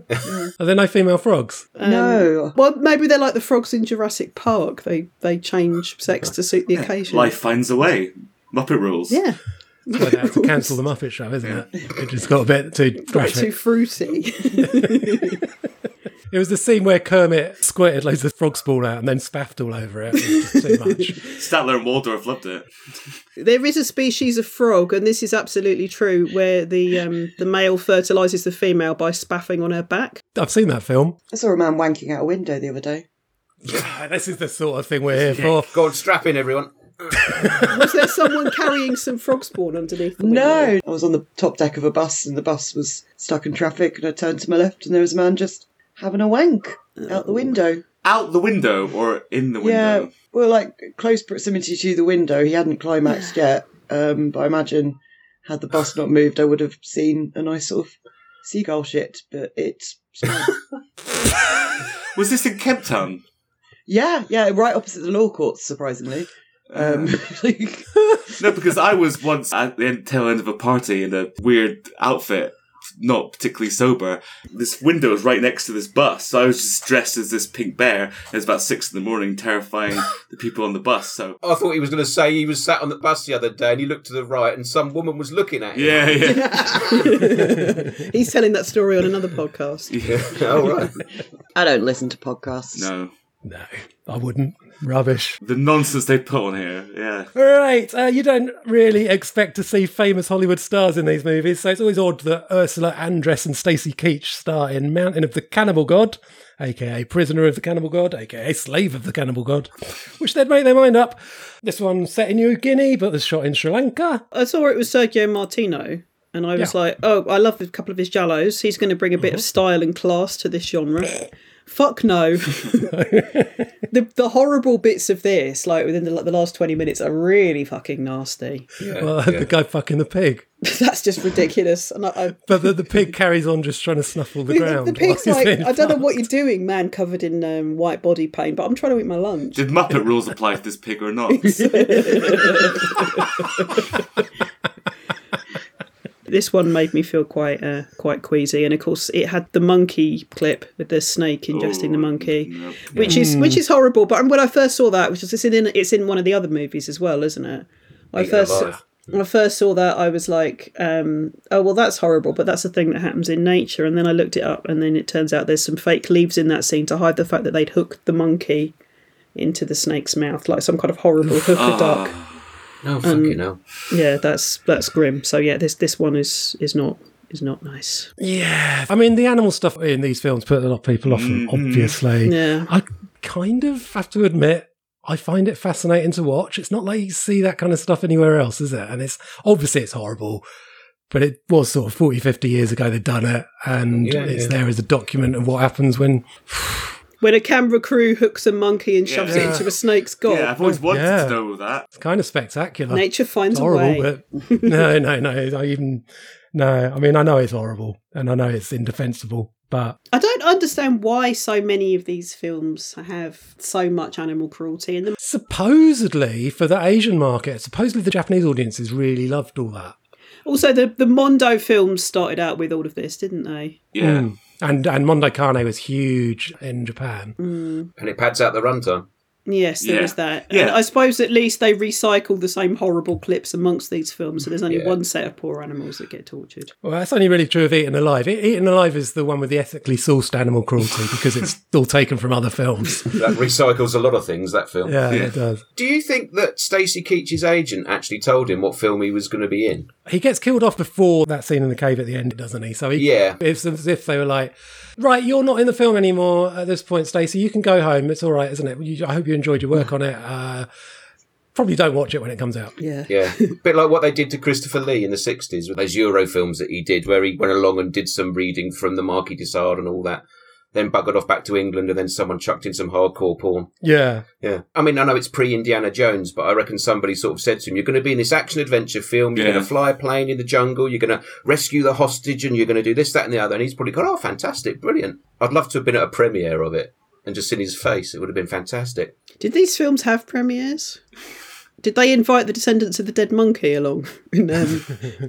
S1: there no female frogs?
S5: no.
S4: Well, maybe they're like the frogs in Jurassic Park. They they change sex to suit the occasion.
S2: Life finds a way. Muppet rules.
S4: Yeah.
S1: Well, they had to cancel the Muppet show, isn't it? It just got a bit too graphic.
S4: Too fruity.
S1: It was the scene where Kermit squirted loads of frog spawn out and then spaffed all over it. It was just too much.
S2: Statler and Waldorf loved it.
S4: there is a species of frog, and this is absolutely true, where the um, the male fertilizes the female by spaffing on her back.
S1: I've seen that film.
S5: I saw a man wanking out a window the other day.
S1: this is the sort of thing we're here for.
S3: Go on, strap in, everyone.
S4: Was there someone carrying some frog spawn underneath? The window?
S5: No! I was on the top deck of a bus and the bus was stuck in traffic and I turned to my left and there was a man just having a wank out the window.
S2: Out the window or in the window?
S5: Yeah, well, like close proximity to the window. He hadn't climaxed yet, um, but I imagine had the bus not moved, I would have seen a nice sort of seagull shit. But it's
S2: Was this in Cape Town?
S5: yeah, yeah, right opposite the law courts, surprisingly. Um, like-
S2: No, because I was once at the end, tail end of a party in a weird outfit, not particularly sober. This window is right next to this bus, so I was just dressed as this pink bear. It was about six in the morning, terrifying the people on the bus. So
S3: I thought he was going to say he was sat on the bus the other day and he looked to the right and some woman was looking at him.
S2: yeah, yeah.
S4: He's telling that story on another podcast.
S3: Yeah. All right.
S5: I don't listen to podcasts.
S2: No,
S1: No, I wouldn't. Rubbish.
S2: the nonsense they put on here. Yeah,
S1: All right, uh, you don't really expect to see famous Hollywood stars in these movies, so it's always odd that Ursula Andress and Stacy Keach star in Mountain of the Cannibal God, aka Prisoner of the Cannibal God, aka Slave of the Cannibal God, which they'd make their mind up. This one's set in New Guinea, but was shot in Sri Lanka.
S4: I saw it was Sergio Martino, and I was like, oh, I love a couple of his jallos. He's going to bring a bit of style and class to this genre. Fuck no. the the horrible bits of this, like within the, like, the last 20 minutes, are really fucking nasty.
S1: well, the guy fucking the pig.
S4: That's just ridiculous. And I, I,
S1: But the, the pig carries on just trying to snuffle the
S4: the,
S1: ground.
S4: the pig's
S1: while
S4: like,
S1: he's in
S4: I don't know
S1: front.
S4: what you're doing, man, covered in um, white body paint, but I'm trying to eat my lunch.
S2: did Muppet rules apply to this pig or not?
S4: This one made me feel quite uh, quite queasy, and of course it had the monkey clip with the snake ingesting the monkey, which is which is horrible. But when I first saw that, which is it's in it's in one of the other movies as well, isn't it? I first
S3: alive.
S4: when I first saw that, I was like, um, "Oh well, that's horrible," but that's a thing that happens in nature. And then I looked it up, and then it turns out there's some fake leaves in that scene to hide the fact that they'd hooked the monkey into the snake's mouth, like some kind of horrible hooker duck.
S3: Oh, fucking hell.
S4: Yeah, that's that's grim. So yeah, this this one is is not is not nice.
S1: Yeah, I mean the animal stuff
S3: Mm-hmm.
S1: in these films put a lot of people off. Obviously,
S4: Yeah.
S1: I kind of have to admit I find it fascinating to watch. It's not like you see that kind of stuff anywhere else, is it? And it's obviously it's horrible, but it was sort of 40, 50 years ago they'd done it, and
S3: Yeah,
S1: it's
S3: yeah.
S1: there as a document of what happens when.
S4: When a camera crew hooks a monkey and shoves
S2: Yeah.
S4: it into a snake's gob,
S2: Yeah, I've always wanted
S1: Yeah.
S2: to know that.
S1: It's kind of spectacular.
S4: nature finds
S1: it's horrible,
S4: a way.
S1: but no, no, no. I even no. I mean, I know it's horrible, and I know it's indefensible, but
S4: I don't understand why so many of these films have so much animal cruelty in them.
S1: supposedly for the Asian market, supposedly the Japanese audiences really loved all that.
S4: Also, the, the Mondo films started out with all of this, didn't they?
S2: Yeah.
S1: Mm. And and Mondo Carne was huge in Japan.
S3: and it pads out the runtime.
S4: Yes, there
S2: Yeah.
S4: was that.
S2: Yeah.
S4: And I suppose at least they recycle the same horrible clips amongst these films, so there's only
S3: Yeah.
S4: one set of poor animals that get tortured.
S1: Well, that's only really true of Eaten Alive. E- Eaten Alive is the one with the ethically sourced animal cruelty because it's all taken from other films.
S3: That recycles a lot of things. That film.
S1: Yeah,
S2: Yeah.
S1: it does.
S3: Do you think that Stacey Keach's agent actually told him what film he was going to be in?
S1: He gets killed off before that scene in the cave at the end, doesn't he? So he,
S3: Yeah.
S1: it's as if they were like, right, you're not in the film anymore at this point, Stacey. You can go home. It's all right, isn't it? You, I hope you enjoyed your work on it. Uh, probably don't watch it when it comes out.
S4: Yeah.
S3: Yeah, bit like what they did to Christopher Lee in the '60s with those Euro films that he did, where he went along and did some reading from the Marquis de Sade and all that, then buggered off back to England, and then someone chucked in some hardcore porn.
S1: Yeah.
S3: Yeah, I mean, I know it's pre-Indiana Jones, but I reckon somebody sort of said to him, "You're going to be in this action-adventure film. You're
S2: Yeah.
S3: going to fly a plane in the jungle. You're going to rescue the hostage, and you're going to do this, that, and the other." And he's probably gone, "Oh, fantastic, brilliant! I'd love to have been at a premiere of it." And just seen his face, it would have been fantastic.
S4: Did these films have premieres? Did they invite the descendants of the dead monkey along in um,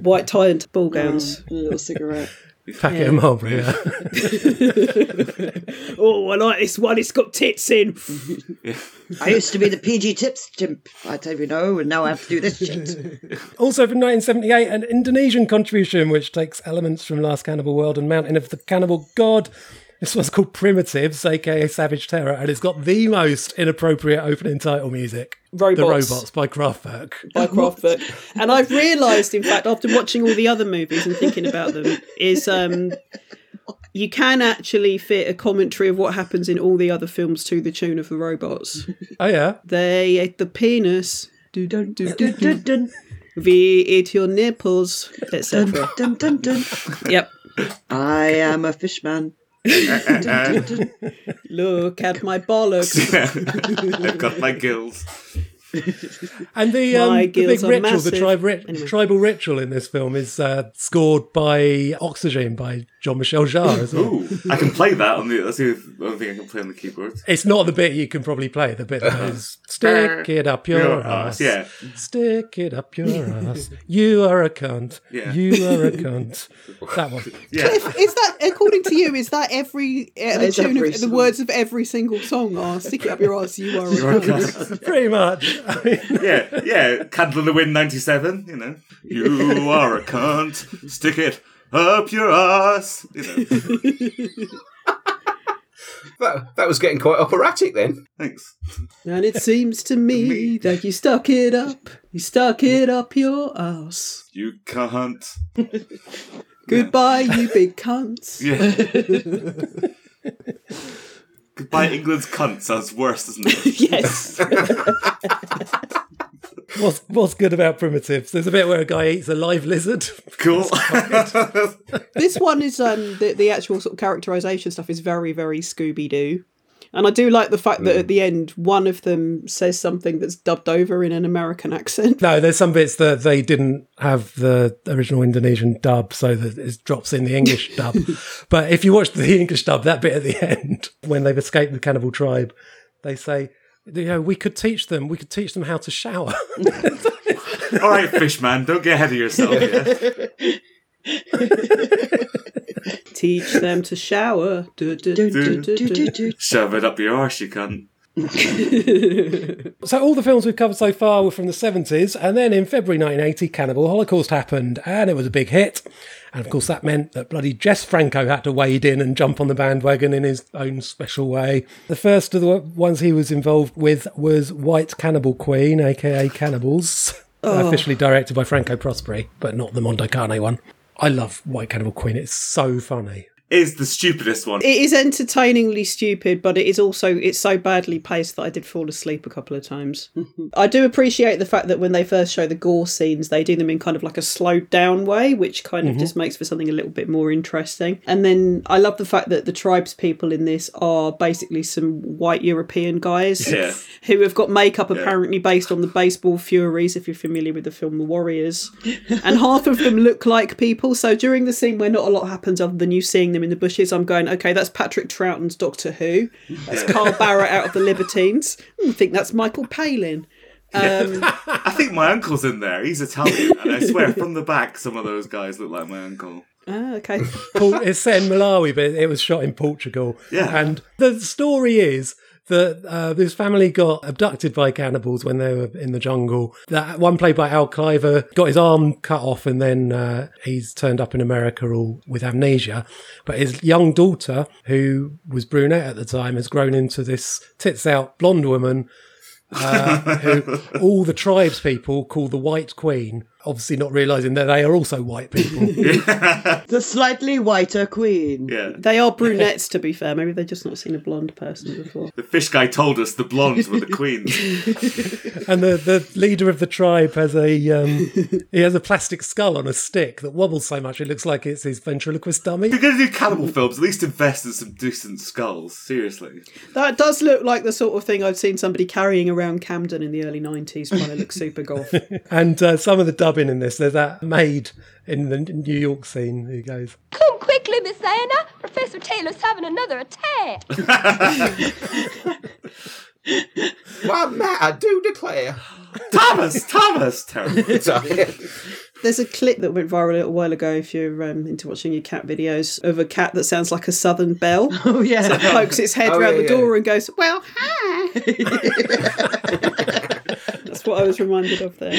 S4: white tie and ball gowns?
S5: A little cigarette.
S1: Packet of Marlboro. Yeah.
S4: Oh, I like this one. It's got tits in.
S5: I used to be the PG tips chimp. I don't even know, and now I have to do this shit.
S1: Also from 1978, an Indonesian contribution which takes elements from Last Cannibal World and Mountain of the Cannibal God. This one's called Primitives, aka Savage Terror, and it's got the most inappropriate opening title music.
S4: Robots.
S1: The Robots by Kraftwerk.
S4: by Crawford. And I've realised, in fact, after watching all the other movies and thinking about them, is um, you can actually fit a commentary of what happens in all the other films to the tune of the robots.
S1: Oh yeah.
S4: They ate the penis. Do,
S5: Dun, dun, dun, dun, dun,
S4: we ate your nipples, etc.
S5: dun, dun, dun, dun.
S4: Yep.
S5: I am a fishman. Dun, dun, dun.
S4: Look at my bollocks.
S2: I've got my gills.
S1: And the, um, the
S4: My
S1: big
S4: gills are
S1: ritual, the
S4: massive.
S1: tribe rit-
S4: Anyway.
S1: tribal ritual in this film is uh, scored by Oxygen by Jean Michel Jarre as well.
S2: Ooh, I can play that on the. That's the only thing I can play on the keyboard.
S1: It's not the bit you can probably play, the bit that is stick it up your,
S2: Your
S1: ass.
S2: ass, yeah.
S1: Stick it up your ass. You are a cunt.
S2: Yeah.
S1: You are a cunt. That one.
S2: Yeah,
S4: Is that, according to you, is that every uh, the
S5: is
S4: tune
S5: every
S4: of the
S5: song.
S4: words of every single song? Are stick it up your ass, you are a cunt."
S1: Pretty much. I mean,
S2: yeah, yeah. Candle in the Wind '97. You know, you are a cunt. Stick it up your ass. You know,
S3: That that was getting quite operatic then.
S2: thanks.
S4: And it seems to me that you stuck it up. You stuck it up your ass.
S2: You cunt.
S4: Goodbye, you big cunts.
S2: Yeah. Goodbye, England's cunt. Sounds worse, doesn't it?
S4: Yes.
S1: what's, what's good about primitives? There's a bit where a guy eats a live lizard.
S2: Cool.
S4: this one is um the, the actual sort of characterization stuff is very, very Scooby Doo. And I do like the fact that at the end one of them says something that's dubbed over in an American accent.
S1: No, there's some bits that they didn't have the original Indonesian dub, so that it drops in the English dub. But if you watch the English dub, that bit at the end, when they've escaped the cannibal tribe, they say, you know, we could teach them, we could teach them how to shower.
S2: All right, fishman. Don't get ahead of yourself. Yeah.
S4: Teach them to shower. Du- du- du- du- du-
S5: Dun, dun,
S4: du.
S5: dun.
S2: Shove it up your arse, you cunt.
S1: So all the films we've covered so far were from the 70s, and then in February 1980, Cannibal Holocaust happened, and it was a big hit. And of course, that meant that bloody Jess Franco had to wade in and jump on the bandwagon in his own special way. The first of the ones he was involved with was White Cannibal Queen, aka Cannibals, officially directed by Franco Prosperi, but not the Mondo Carne one. I love White Cannibal Queen; it's so funny.
S2: is the stupidest one.
S4: It is entertainingly stupid, but it is also it's so badly paced that I did fall asleep a couple of times. I do appreciate the fact that when they first show the gore scenes, they do them in kind of like a slowed down way, which kind of just makes for something a little bit more interesting. And then I love the fact that the tribes people in this are basically some white European guys
S2: Yeah.
S4: who have got makeup apparently based on the baseball furies, if you're familiar with the film The Warriors. and half of them look like people. So during the scene where not a lot happens other than you seeing them in the bushes, I'm going, okay, that's Patrick Troughton's Doctor Who. That's Carl Barrett out of The Libertines. Hmm, I think that's Michael Palin. Um,
S2: I think my uncle's in there. He's Italian, and I swear from the back, some of those guys look like my uncle.
S4: ah, okay.
S1: Port- it's set in Malawi, but it was shot in Portugal.
S2: Yeah.
S1: And the story is that uh, this family got abducted by cannibals when they were in the jungle. That one played by Al Cliver got his arm cut off, and then uh, he's turned up in America all with amnesia. But his young daughter, who was brunette at the time, has grown into this tits out blonde woman uh, who all the tribes people call the White Queen. Obviously, not realizing that they are also white people.
S5: The slightly whiter queen.
S2: Yeah.
S4: They are brunettes, to be fair. Maybe they've just not seen a blonde person before.
S2: The fish guy told us the blondes were the queens.
S1: and the, the leader of the tribe has a um, he has a plastic skull on a stick that wobbles so much it looks like it's his ventriloquist dummy.
S2: If you're going to do cannibal films, at least invest in some decent skulls. Seriously.
S4: That does look like the sort of thing I've seen somebody carrying around Camden in the early 90s trying to look super goth.
S1: And uh, some of the dubbing in this, there's that maid in the New York scene who goes,
S8: Come quickly, Miss Anna. Professor Taylor's having another attack.
S3: Well, Matt, I do declare.
S2: Thomas! Thomas! Terrible.
S4: There's a clip that went viral a little while ago if you're um, into watching your cat videos of a cat that sounds like a southern belle.
S5: Oh yeah.
S4: pokes its head
S3: Oh,
S4: round
S3: yeah,
S4: the
S3: yeah.
S4: door and goes, Well, hi. That's what I was reminded of there.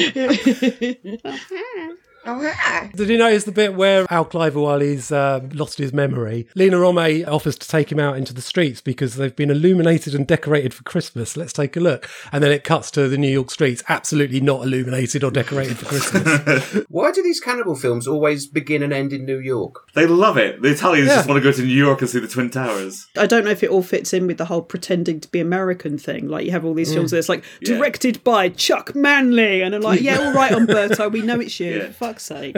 S1: Did you notice the bit where Al Cliver, while he's uh, lost his memory, Lena Romay offers to take him out into the streets because they've been illuminated and decorated for Christmas. Let's take a look. And then it cuts to the New York streets, absolutely not illuminated or decorated for Christmas.
S3: Why do these cannibal films always begin and end in New York?
S2: They love it. The Italians just want to go to New York and see the Twin Towers.
S4: I don't know if it all fits in with the whole pretending to be American thing. Like you have all these films that's like
S2: Mm. Yeah.
S4: directed by Chuck Manley, and I'm like, yeah, all right, Umberto, we know it's you.
S2: Yeah.
S4: For fuck's sake,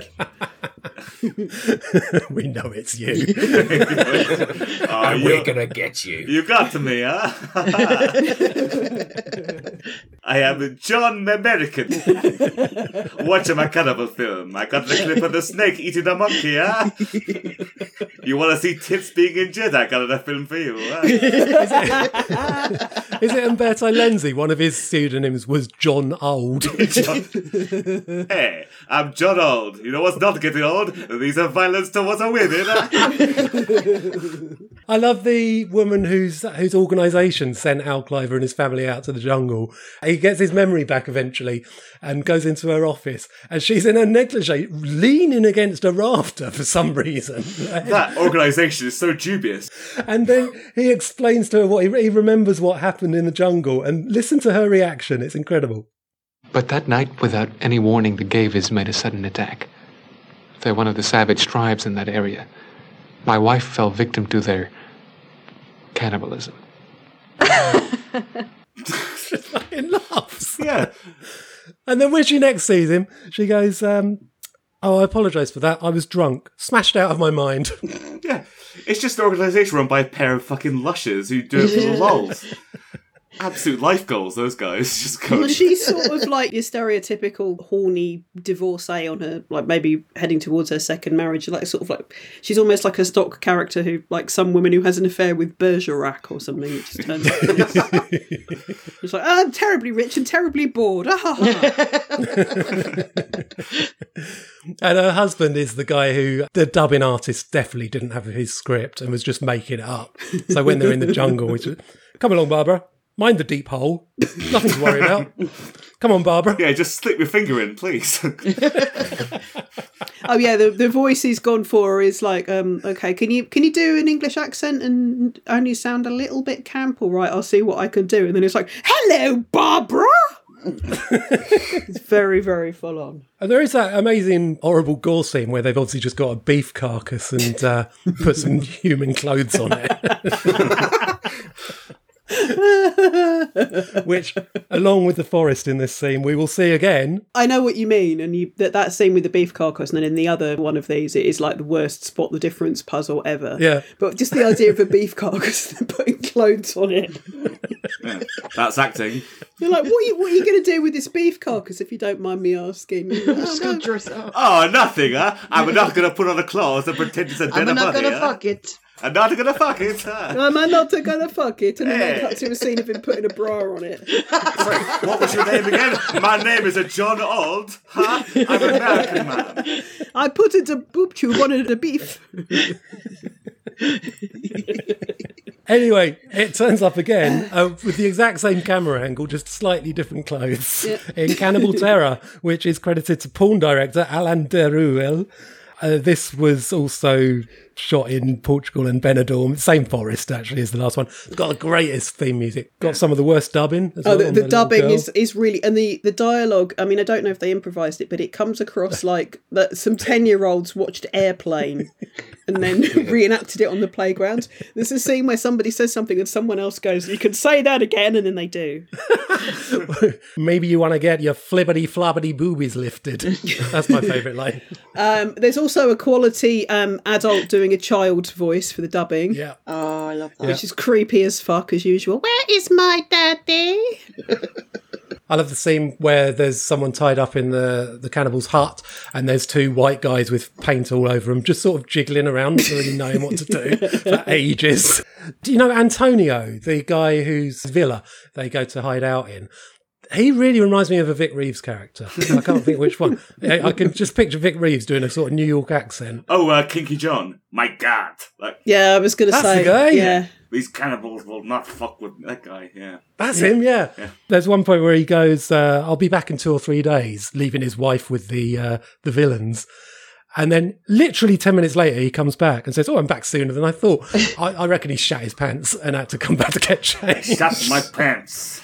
S1: we know it's you.
S2: Oh,
S3: And
S2: you,
S3: we're gonna get you.
S2: you got to me, huh? I am a John American. Watching my cannibal film. I got the clip of the snake eating a monkey, huh? you want to see tits being injured? I got a film for you. Huh?
S1: Is it Umberto Lenzi? One of his pseudonyms was John Old.
S2: John- Hey, I'm John Old. You know what's not getting old? These are violence towards a women. huh?
S1: I love the woman whose whose organisation sent Al Cliver and his family out to the jungle. He gets his memory back eventually and goes into her office, and she's in a negligee, leaning against a rafter for some reason.
S2: that organisation is so dubious.
S1: And then he explains to her what he, he remembers what happened in the jungle, and listen to her reaction. It's incredible.
S10: But that night, without any warning, the Gavis made a sudden attack. They're one of the savage tribes in that area. My wife fell victim to their cannibalism.
S1: Fucking laughs.
S2: Yeah.
S1: And then when she next sees him, she goes, um, "Oh, I apologise for that. I was drunk, smashed out of my mind."
S2: Yeah, it's just an organisation run by a pair of fucking lushes who do it for the lols. Absolute life goals, those guys. Just go.
S4: well, she's sort of like your stereotypical horny divorcee on her, like maybe heading towards her second marriage. Like sort of like she's almost like a stock character who, like some woman who has an affair with Bergerac or something. It just turns out. it's like "Oh, I'm terribly rich and terribly bored. Ah, ha, ha.
S1: And her husband is the guy who the dubbing artist definitely didn't have his script and was just making it up. So when they're in the jungle, it's just, come along, Barbara. Mind the deep hole. Nothing to worry about. Come on, Barbara.
S2: Yeah, just slip your finger in, please.
S4: Oh yeah, the, the voice he's gone for is like, um, okay, can you can you do an English accent and only sound a little bit camp? All right, I'll see what I can do. And then it's like, hello, Barbara. it's very, very full on.
S1: And there is that amazing, horrible gore scene where they've obviously just got a beef carcass and uh, put some human clothes on it. Which, along with the forest in this scene, we will see again.
S4: I know what you mean, and you that, that scene with the beef carcass, and then in the other one of these, it is like the worst spot the difference puzzle ever.
S1: Yeah.
S4: But just the idea of a beef carcass and putting clothes on it.
S2: Yeah, that's acting.
S4: You're like, what are you, what are you going to do with this beef carcass if you don't mind me asking? Oh,
S5: just
S4: no.
S5: gonna dress it up.
S2: Oh, nothing, huh? I'm not going to put on a clothes and pretend it's a dead
S5: I'm not
S2: body.
S5: gonna
S2: huh?
S5: fuck it.
S2: I'm not going to fuck it. Huh?
S4: Am I not gonna fuck it? And then
S2: Hey.
S4: they cut to a scene of him putting a bra on it.
S2: Sorry, what was your name again? My name is a John Old. Huh? I'm an American man.
S4: I put it a boob tube on the beef.
S1: Anyway, it turns up again uh, with the exact same camera angle, just slightly different clothes in Cannibal Terror, which is credited to porn director Alan Deruel. Uh, this was also shot in Portugal and Benidorm, same forest actually as the last one. It's got the greatest theme music. Got some of the worst dubbing. As
S4: Oh,
S1: well
S4: the,
S1: on
S4: the
S1: little
S4: dubbing
S1: girl.
S4: is, is really and the the dialogue. I mean, I don't know if they improvised it, but it comes across like that some ten year olds watched Airplane and then reenacted it on the playground. There's a scene where somebody says something and someone else goes, "You can say that again," and then they do.
S1: Maybe you want to get your flippity floppity boobies lifted. That's my favourite line.
S4: Um, there's also a quality um, adult doing a child's voice for the dubbing.
S1: Yeah.
S5: Oh, I love that.
S4: Which is creepy as fuck as usual. Where is my daddy?
S1: I love the scene where there's someone tied up in the, the cannibal's hut, and there's two white guys with paint all over them, just sort of jiggling around, not really knowing what to do for ages. Do you know Antonio, the guy whose villa they go to hide out in? He really reminds me of a Vic Reeves character. I can't think which one. I I can just picture Vic Reeves doing a sort of New York accent.
S2: Oh, uh, Kinky John. My God. Like,
S4: Yeah, I was gonna
S1: That's
S4: say.
S1: the guy?
S4: Yeah.
S2: these cannibals will not fuck with that guy. Yeah.
S1: That's him, yeah. There's one point where he goes, uh, "I'll be back in two or three days," leaving his wife with the uh, the villains. And then, literally ten minutes later, he comes back and says, "Oh, I'm back sooner than I thought." I, I reckon he shat his pants and had to come back to get changed.
S2: Shut my pants.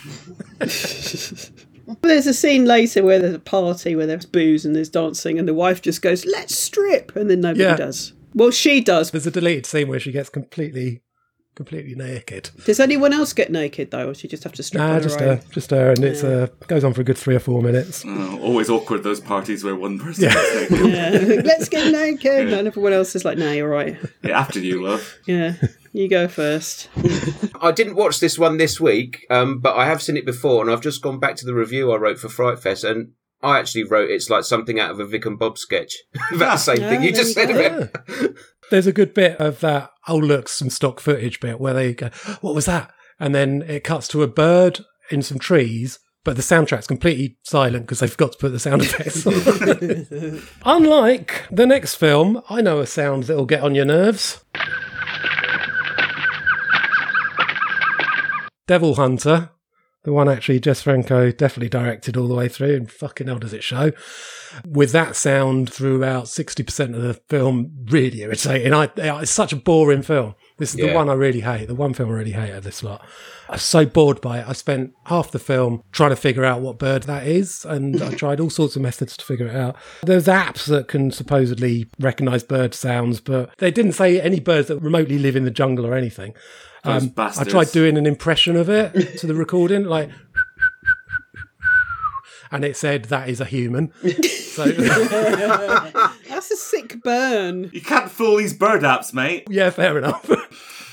S4: But there's a scene later where there's a party where there's booze and there's dancing, and the wife just goes, "Let's strip," and then nobody
S1: Yeah.
S4: does. Well, she does.
S1: There's a deleted scene where she gets completely, completely naked.
S4: Does anyone else get naked though, or she just have to strip?
S1: Nah,
S4: on
S1: just
S4: her own?
S1: her, just her, and it's uh, goes on for a good three or four minutes.
S2: Oh, always awkward those parties where one person is naked.
S4: Yeah. Let's get naked, and everyone else is like, "No, you're right.
S2: Yeah, after you, love.
S4: Yeah, you go first.
S3: I didn't watch this one this week, um, but I have seen it before, and I've just gone back to the review I wrote for Fright Fest, and I actually wrote it's like something out of a Vic and Bob sketch. that same
S4: Ah,
S3: thing you
S4: there
S3: just
S4: you
S3: said
S4: go.
S3: about
S1: There's a good bit of that. Oh, look, some stock footage bit where they go, "What was that?" And then it cuts to a bird in some trees, but the soundtrack's completely silent because they forgot to put the sound effects on. Unlike the next film, I know a sound that'll get on your nerves. Devil Hunter, the one actually Jess Franco definitely directed all the way through, and fucking hell does it show with that sound throughout 60% of the film really irritating. I, it's such a boring film. This is the
S3: Yeah.
S1: one I really hate. The one film I really hate of this lot. I was so bored by it. I spent half the film trying to figure out what bird that is, and I tried all sorts of methods to figure it out. There's apps that can supposedly recognize bird sounds, but they didn't say any birds that remotely live in the jungle or anything.
S2: Those
S1: Um, I
S2: bastards.
S1: tried doing an impression of it to the recording, like, and it said that is a human. So
S4: That's a sick burn.
S2: You can't fool these bird apps, mate.
S1: yeah, fair enough.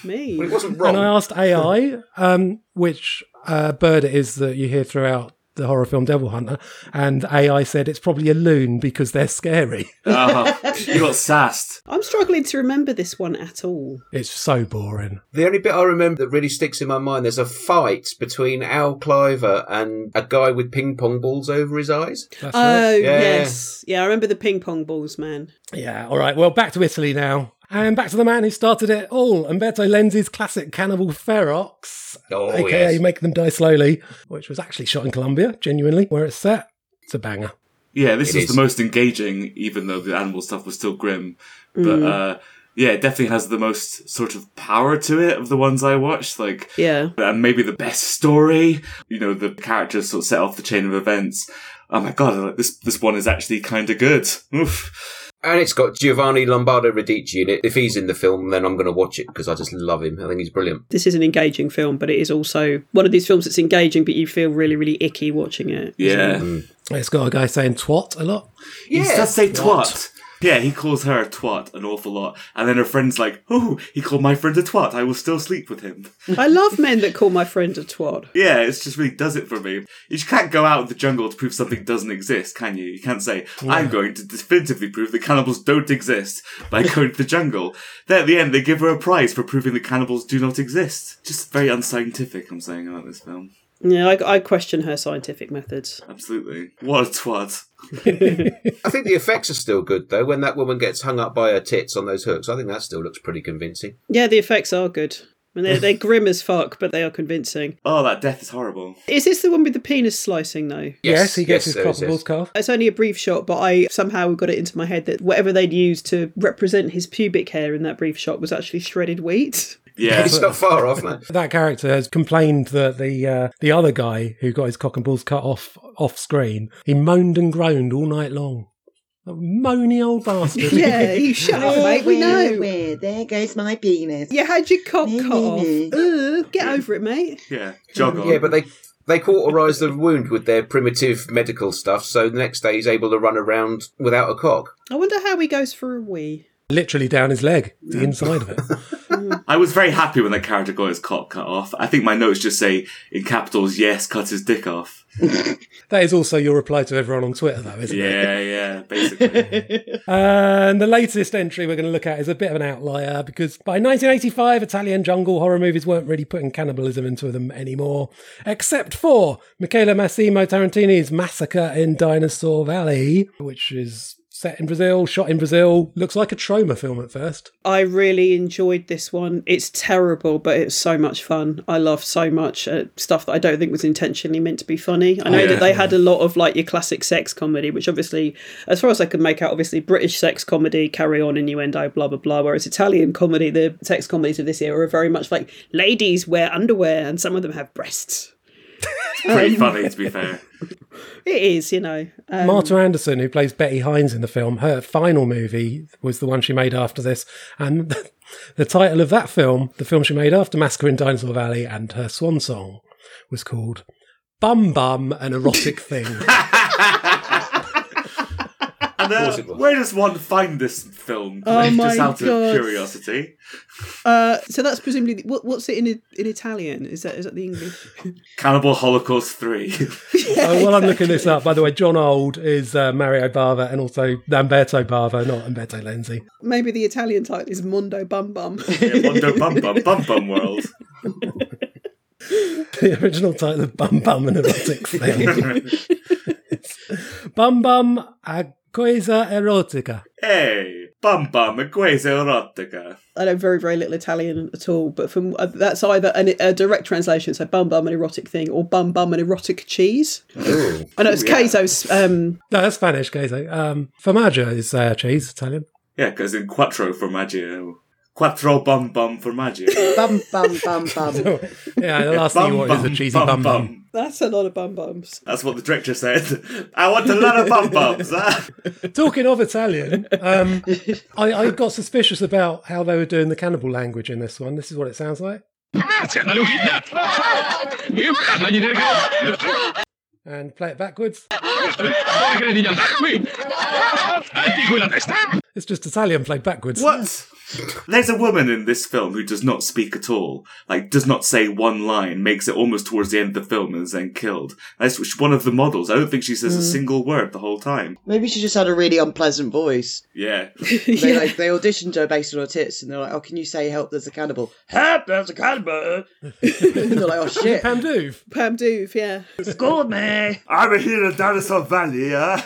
S4: Me.
S3: it wasn't
S1: And uh, I
S3: wrong.
S1: asked AI um, which uh, bird it is that you hear throughout the horror film Devil Hunter, and AI said it's probably a loon because they're scary.
S2: Oh, you got sassed.
S4: I'm struggling to remember this one at all.
S1: It's so boring.
S3: The only bit I remember that really sticks in my mind there's a fight between Al Cliver and a guy with ping pong balls over his eyes.
S1: That's
S4: Oh
S1: right.
S3: Yeah.
S4: yes, yeah. I remember the ping pong balls, man.
S1: Yeah, all right. Well, back to Italy now. And back to the man who started it all, Umberto Lenzi's classic Cannibal Ferox,
S3: Oh,
S1: aka
S3: yes.
S1: Make Them Die Slowly, which was actually shot in Colombia, genuinely, where it's set. It's a banger.
S2: Yeah, this
S3: It
S2: is,
S3: is.
S1: Mm.
S2: the most engaging, even though the animal stuff was still grim. But uh, yeah, it definitely has the most sort of power to it of the ones I watched. Like,
S4: Yeah.
S2: and maybe the best story. You know, the characters sort of set off the chain of events. Oh my god, like, this this one is actually kind of good. Oof.
S3: And it's got Giovanni Lombardo Radici in it. If he's in the film, then I'm going to watch it because I just love him. I think he's brilliant.
S4: This is an engaging film, but it is also one of these films that's engaging, but you feel really, really icky watching it.
S2: Yeah,
S1: It's got a guy saying twat a lot.
S2: he does say twat. Yeah, he calls her a twat an awful lot, and then her friend's like, "Oh, he called my friend a twat. I will still sleep with him."
S4: I love men that call my friend a twat.
S2: Yeah, it's just really does it for me. You just can't go out in the jungle to prove something doesn't exist, can you? You can't say, I'm going to definitively prove that cannibals don't exist by going to the jungle. Then at the end, they give her a prize for proving that cannibals do not exist. Just very unscientific, I'm saying, about this film.
S4: Yeah, I, I question her scientific methods.
S2: Absolutely. What a twat.
S3: I think the effects are still good though. When that woman gets hung up by her tits on those hooks, I think that still looks pretty convincing.
S4: Yeah, the effects are good. I mean, they're, they're grim as fuck, but they are convincing.
S2: Oh, that death is horrible.
S4: Is this the one with the penis slicing, though?
S1: Yes, he gets his
S3: there is,
S1: copper balls calf.
S4: It's only a brief shot, but I somehow got it into my head that whatever they'd used to represent his pubic hair in that brief shot was actually shredded wheat.
S2: Yeah.
S3: It's not far off, man.
S1: That character has complained that the uh, the other guy who got his cock and balls cut off off screen, he moaned and groaned all night long. A moany old bastard.
S4: Yeah, you shut up, mate. We know.
S5: There goes my penis.
S4: You had your cock cut off. Ugh, get over it, mate.
S2: Yeah. Jog on.
S3: Yeah, but they they cauterise the wound with their primitive medical stuff, so the next day he's able to run around without a cock.
S4: I wonder how he goes for a wee.
S1: Literally down his leg, the inside of it.
S2: I was very happy when the character got his cock cut off. I think my notes just say, in capitals, yes, cut his dick off.
S1: That is also your reply to everyone on Twitter, though, isn't it?
S2: Yeah, yeah, basically.
S1: And the latest entry we're going to look at is a bit of an outlier because by 1985, Italian jungle horror movies weren't really putting cannibalism into them anymore, except for Michele Massimo Tarantini's Massacre in Dinosaur Valley, which is set in Brazil, shot in Brazil. Looks like a trauma film at first.
S4: I really enjoyed this one. It's terrible, but it's so much fun. I love so much uh, stuff that I don't think was intentionally meant to be funny. I know that they had a lot of like your classic sex comedy, which obviously, as far as I could make out, obviously British sex comedy, carry on, innuendo, blah, blah, blah. Whereas Italian comedy, the sex comedies of this era are very much like ladies wear underwear and some of them have breasts.
S2: Pretty funny, to be fair.
S4: It is, you know. Um,
S1: Marta Anderson, who plays Betty Hines in the film, her final movie was the one she made after this. And the title of that film, the film she made after Massacre in Dinosaur Valley and her swan song, was called Bum Bum, an Erotic Thing.
S2: And uh, where does one find this film?
S4: Oh
S2: Just
S4: my
S2: out
S4: God.
S2: of curiosity.
S4: uh, so that's presumably what, what's it in in Italian? Is that is that the English?
S2: Cannibal Holocaust 3.
S1: Oh, while I'm looking this up, by the way, John Old is uh, Mario Bava and also Lamberto Bava, not Umberto Lenzi.
S4: Maybe the Italian title is Mondo Bum Bum.
S2: yeah, Mondo Bum Bum, Bum Bum World.
S1: the original title of Bum Bum and Erotic Thing. Bum Bum a Coisa Erotica.
S2: Hey, Bum Bum, a Guese Erotica.
S4: I know very very little Italian at all, but from uh, that's either an, a direct translation, so bum bum an erotic thing, or bum bum an erotic cheese. I know it's queso's. Um,
S1: No, that's Spanish, Geizo. Um, formaggio is uh, cheese, Italian.
S2: Yeah, because in Quattro Formaggio. Quattro Bum Bum Formaggio.
S5: Bum bum bum bum.
S1: Yeah, the last thing you want is a cheesy bum bum.
S4: that's a lot of bum bums.
S2: That's what the director said. I want a lot of bum bums. ah.
S1: Talking of Italian, um, I, I got suspicious about how they were doing the cannibal language in this one. This is what it sounds like. And play it backwards. It's just Italian played backwards.
S2: What? There's a woman in this film who does not speak at all, like does not say one line, makes it almost towards the end of the film and is then killed. That's which- one of the models. I don't think she
S5: Mm.
S2: says a single word the whole time.
S5: Maybe she just had a really unpleasant voice.
S2: Yeah.
S5: They like they auditioned her based on her tits, and they're like, "Oh, can you say help? There's a cannibal. Help! There's a cannibal." and they're like, "Oh shit,
S1: Pam Doof.
S4: Pam Doof, yeah.
S5: scored me."
S2: I'm here in Dinosaur Valley, huh?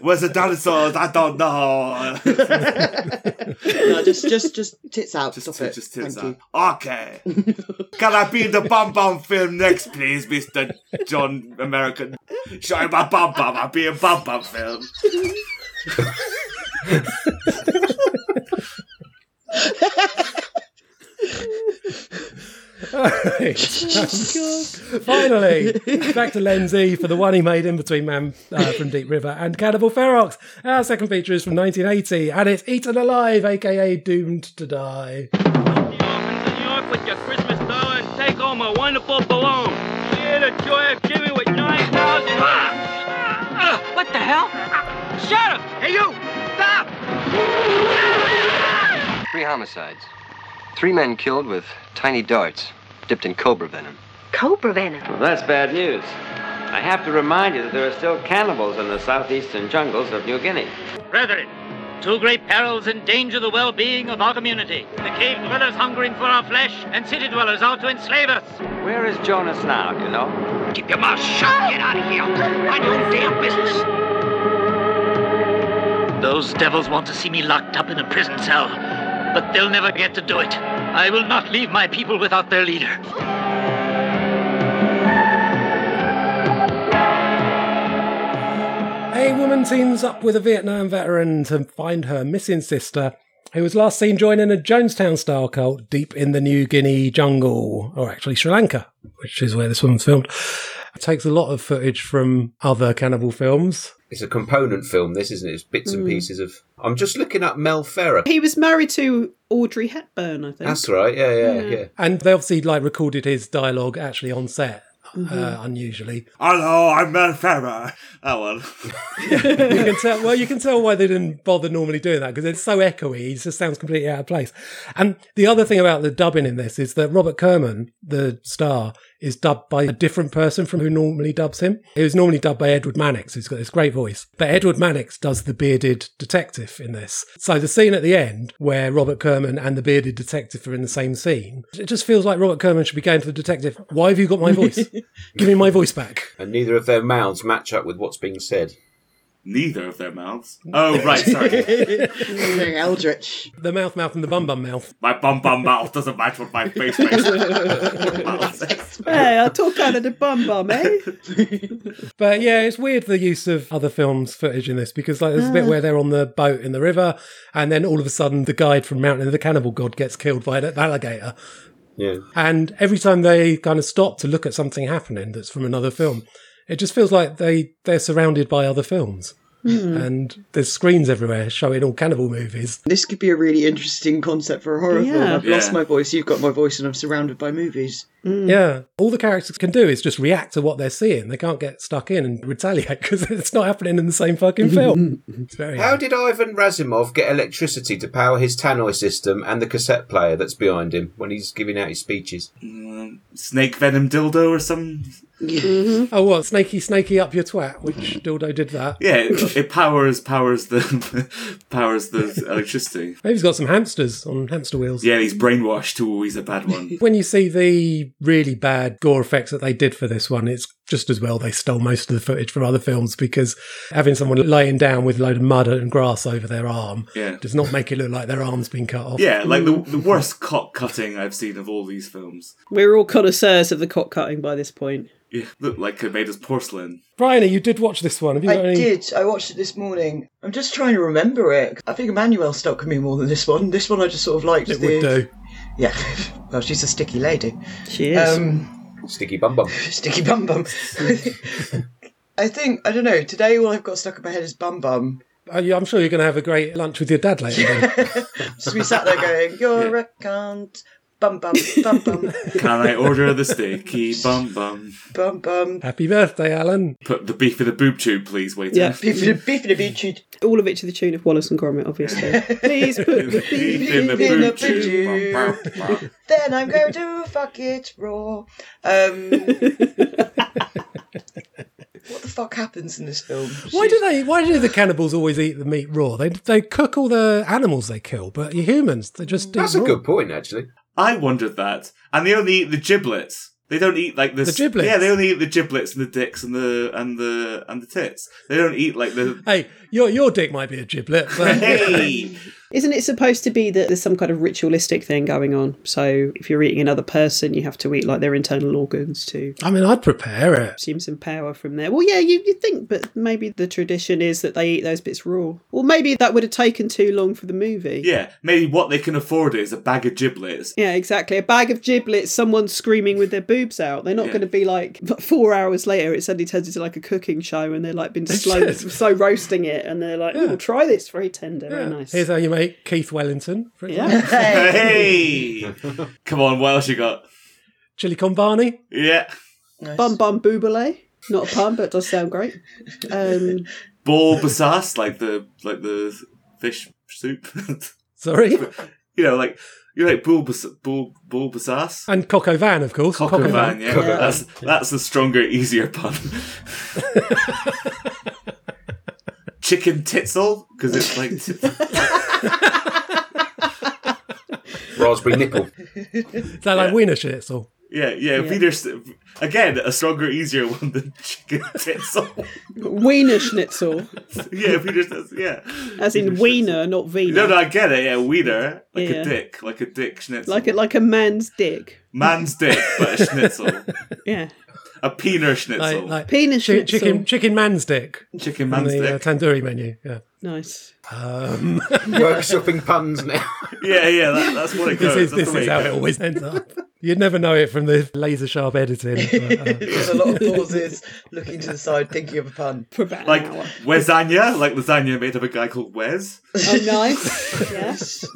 S2: Where's the dinosaurs? I don't know.
S5: No, just just just tits out.
S2: Just,
S5: Stop
S2: t-
S5: it.
S2: just
S5: Thank
S2: tits out. Okay. Can I be in the Bum Bum film next, please, Mr. John American? Show him my Bum Bum. I'll be in Bum Bum film.
S1: All right. Finally, back to Lenzi for the one he made in between Man uh, from Deep River and Cannibal Ferox. Our second feature is from 1980, and it's Eaten Alive, aka Doomed to Die.
S11: with your Christmas dollar and take all my wonderful balloons. Share the joy of giving with 9,000. Ah! Ah! What the hell? Ah! Shut up! Hey, you! Stop!
S12: Three homicides. Three men killed with tiny darts dipped in cobra venom.
S8: Cobra venom.
S13: Well, that's bad news. I have to remind you that there are still cannibals in the southeastern jungles of New Guinea.
S11: Brethren, two great perils endanger the well being of our community. The cave dwellers hungering for our flesh, and city dwellers out to enslave us.
S13: Where is Jonas now, do you know?
S11: Keep your mouth shut! Get out of here! I do damn business! Those devils want to see me locked up in a prison cell, but they'll never get to do it. I will not leave my people without their leader.
S1: A woman teams up with a Vietnam veteran to find her missing sister, who was last seen joining a Jonestown style cult deep in the New Guinea jungle, or actually Sri Lanka, which is where this woman's filmed. It takes a lot of footage from other cannibal films.
S3: It's a component film, this, isn't it? It's bits and
S4: Mm.
S3: pieces of. I'm just looking up Mel Ferrer.
S4: He was married to Audrey Hepburn, I think.
S3: That's right, yeah, yeah, yeah.
S1: And they obviously like recorded his dialogue actually on set, uh,
S5: Mhm.
S1: unusually.
S2: Hello, I'm Mel Ferrer. That one.
S1: you can tell. Well, you can tell why they didn't bother normally doing that because it's so echoey. It just sounds completely out of place. And the other thing about the dubbing in this is that Robert Kerman, the star, is dubbed by a different person from who normally dubs him. He was normally dubbed by Edward Mannix, who's got this great voice. But Edward Mannix does the bearded detective in this. So the scene at the end where Robert Kerman and the bearded detective are in the same scene, it just feels like Robert Kerman should be going to the detective. Why have you got my voice? Give me my voice back.
S3: And neither of their mouths match up with what's being said.
S2: Neither of their mouths? Oh, right, sorry.
S1: Eldritch. The mouth mouth and the bum bum mouth.
S2: my bum bum mouth doesn't match with my face face.
S4: Hey, I talk out of the bum bum, eh?
S1: But yeah, it's weird the use of other films' footage in this because like there's a bit
S4: Ah.
S1: where they're on the boat in the river, and then all of a sudden the guide from Mountain of the Cannibal God gets killed by an alligator.
S3: Yeah.
S1: And every time they kind of stop to look at something happening that's from another film, it just feels like they they're surrounded by other films.
S5: Hmm.
S1: And there's screens everywhere showing all cannibal movies.
S5: This could be a really interesting concept for a horror film.
S1: Yeah.
S5: I've
S1: Yeah.
S5: lost my voice, you've got my voice, and I'm surrounded by movies.
S1: Yeah. All the characters can do is just react to what they're seeing. They can't get stuck in and retaliate because it's not happening in the same fucking film. It's very
S3: How did Ivan Razumov get electricity to power his tannoy system and the cassette player that's behind him when he's giving out his speeches?
S2: Snake venom dildo or some.
S1: Oh, what? Snaky, snaky up your twat, which dildo did that.
S2: Yeah, it, it powers powers the powers the electricity.
S1: Maybe he's got some hamsters on hamster wheels.
S2: Yeah, he's brainwashed. Ooh, he's a bad one.
S1: When you see the really bad gore effects that they did for this one, it's just as well they stole most of the footage from other films because having someone laying down with a load of mud and grass over their arm
S2: Yeah.
S1: does not make it look like their arm's been cut off.
S2: Yeah, like the, the worst cock cutting I've seen of all these films.
S4: We're all connoisseurs of the cock cutting by this point.
S2: Yeah, looked like it made us porcelain.
S1: Bryony, you did watch this one. Have you
S5: I
S1: got any?
S5: did. I watched it this morning. I'm just trying to remember it. I think Emmanuel stuck with me more than this one. This one I just sort of liked.
S1: It
S5: the...
S1: would do.
S5: Yeah. Well, she's a sticky lady.
S4: She
S5: is. Um,
S3: Sticky bum bum.
S5: Sticky bum bum. I think I don't know. Today, all I've got stuck in my head is bum bum.
S1: Are you- Uh, I'm sure you're going to have a great lunch with your dad later. then.
S5: So we sat there going, "You're a cunt." Bum bum bum bum
S2: Can I order the sticky bum bum?
S5: bum bum.
S1: Happy birthday, Alan.
S2: Put the beef in the boob tube, please, waiter.
S4: Yeah.
S5: beef in a beef tube.
S4: All of it to the tune of Wallace and Gromit, obviously. Please put the beef
S2: in the
S5: In a
S2: boob
S5: boob
S2: tube. Bum,
S5: tube.
S2: bum, bum.
S5: Then I'm going to fuck it raw. Um, what the fuck happens in this film?
S1: Why do they? Why do the cannibals always eat the meat raw? They they cook all the animals they kill, but the humans they just
S3: That's
S1: eat
S3: a
S1: raw.
S3: good point, actually.
S2: I wondered that. And they only eat the giblets. They don't eat like this.
S1: The giblets?
S2: Yeah, they only eat the giblets and the dicks and the and the and the tits. They don't eat like the
S1: Hey, your your dick might be a giblet, but
S2: hey.
S4: Isn't it supposed to be that there's some kind of ritualistic thing going on? So if you're eating another person, you have to eat like their internal organs to
S1: I mean, I'd prepare it.
S4: assume some power from there. Well, yeah, you, you think, but maybe the tradition is that they eat those bits raw. Or maybe that would have taken too long for the movie.
S2: Yeah, maybe what they can afford is a bag of giblets.
S4: Yeah, exactly. A bag of giblets, someone screaming with their boobs out. They're not
S2: Yeah.
S4: going to be like four hours later. It suddenly turns into like a cooking show, and they're like been slow, slow roasting it, and they're like, "Oh, try this, very tender, very nice."
S1: Here's how you make Keith Wellington. for
S4: Yeah.
S1: example.
S2: Hey! Come on, what else you got?
S1: Chili con Barney.
S2: Yeah.
S4: Bum bum boobale. Not a pun, but it does sound great. Um,
S2: Bulbasaur, like the like the fish soup.
S1: Sorry?
S2: you know, like you like bulbas bul bulbasaur.
S1: And Coco Van, of course.
S2: Cocker van, yeah.
S1: Coco Van.
S2: That's that's the stronger, easier pun. Chicken titzel because it's like
S3: raspberry nipple.
S1: Is that like wiener shits or
S2: Yeah, yeah.
S1: Yeah.
S2: Wiener s- again, a stronger, easier one than chicken titzel.
S4: wiener schnitzel,
S2: yeah, Wiener schnitzel. Yeah,
S4: as in wiener, not Wiener.
S2: no, no, I get it. Yeah, wiener, like
S4: Yeah.
S2: a dick, like a dick schnitzel,
S4: like a, like a man's dick.
S2: man's dick, but a schnitzel,
S4: Yeah,
S2: a peener schnitzel.
S1: like, like
S4: Penis
S1: chi-
S4: schnitzel.
S1: chicken chicken man's dick
S2: Chicken
S1: on
S2: man's
S1: the
S2: dick.
S1: uh, tandoori menu. Yeah.
S4: nice.
S1: Um,
S3: Workshopping puns now.
S2: yeah, yeah, that, that's what it
S1: this
S2: goes.
S1: is
S2: that's
S1: this
S2: the way
S1: is how
S2: goes.
S1: it always ends up. You'd never know it from the laser sharp editing. but, uh,
S5: There's a lot of pauses, looking to the side, thinking of a pun.
S4: For about
S2: Like lasagna, like lasagna made of a guy called Wes.
S4: Oh, nice. Yeah.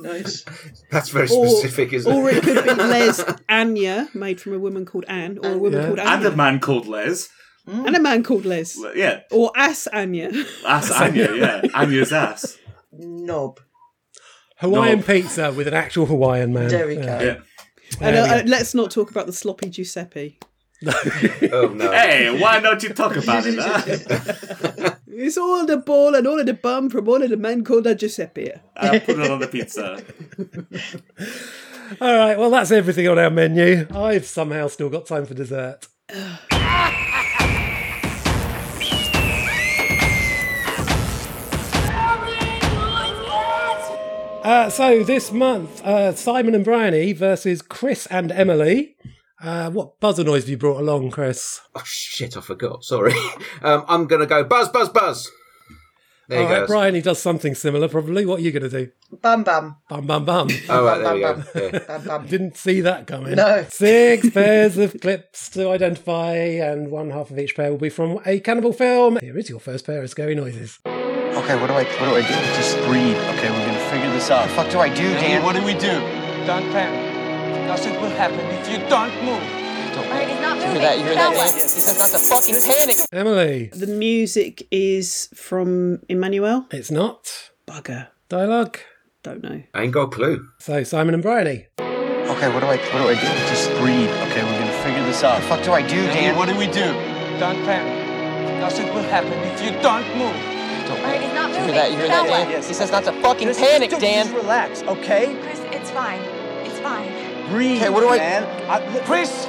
S5: nice.
S3: That's very
S4: Or-
S3: specific, isn't
S4: Or
S3: it?
S4: it could be Les Anya, made from a woman called Anne, or a woman called
S2: and
S4: Anya.
S2: a man called Les.
S4: And a man called Les.
S2: Le- Yeah,
S4: Or Ass Anya.
S2: ass Anya. Yeah, Anya's ass.
S5: Knob.
S1: Hawaiian
S2: No.
S1: pizza with an actual Hawaiian man.
S5: There we
S1: Yeah.
S5: go.
S2: Yeah.
S4: And
S1: There
S4: uh,
S1: we
S4: uh, let's not talk about the sloppy Giuseppe.
S3: Oh no.
S2: Hey, why don't you talk about it? huh?
S4: It's all the ball and all of the bum from all of the men called a Giuseppe.
S2: I put it on the pizza.
S1: All right, well that's everything on our menu. I've somehow still got time for dessert. Uh, so this month, uh, Simon and Bryony versus Chris and Emily. Uh, what buzzer noise have you brought along, Chris?
S3: Oh shit! I forgot. Sorry. Um, I'm gonna go buzz, buzz, buzz. There you
S1: All right,
S3: go.
S1: Bryony does something similar, probably. What are you going to do?
S5: Bum bum.
S1: Bum bum bum.
S3: All right, there we go.
S5: Bum,
S3: Yeah.
S5: Bum bum.
S1: Didn't see that coming.
S5: No.
S1: Six pairs of clips to identify, and one half of each pair will be from a cannibal film. Here is your first pair of scary noises.
S14: Okay, what do I what do I do? Just breathe. Okay, we're gonna figure this out. Fuck do I do, Dan?
S6: what do we do? Don't panic. Nothing will happen if you don't move.
S14: You hear that? You hear that? He says not to fucking panic.
S1: Emily,
S4: The music is from Emmanuel.
S1: it's not.
S4: Bugger.
S1: Dialogue.
S4: Don't know.
S3: I ain't got a clue.
S1: So Simon and Bryony.
S14: Okay, what do I what do I do? Just breathe. Okay, we're gonna figure this out. Fuck do I do, Dan?
S6: what do we do? Don't panic. Nothing will happen if you don't move.
S14: You hear that? You hear that? Dan? He says not to fucking panic, Dan.
S6: relax, okay?
S15: Chris, it's fine. It's fine.
S6: Breathe.
S14: Okay, what do I-
S6: uh, Chris,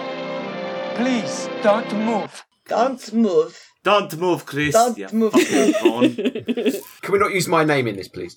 S6: please don't move.
S5: Don't move.
S2: Don't move, Chris.
S5: Don't
S2: you
S5: move.
S2: fucking pawn.
S3: Can we not use my name in this, please?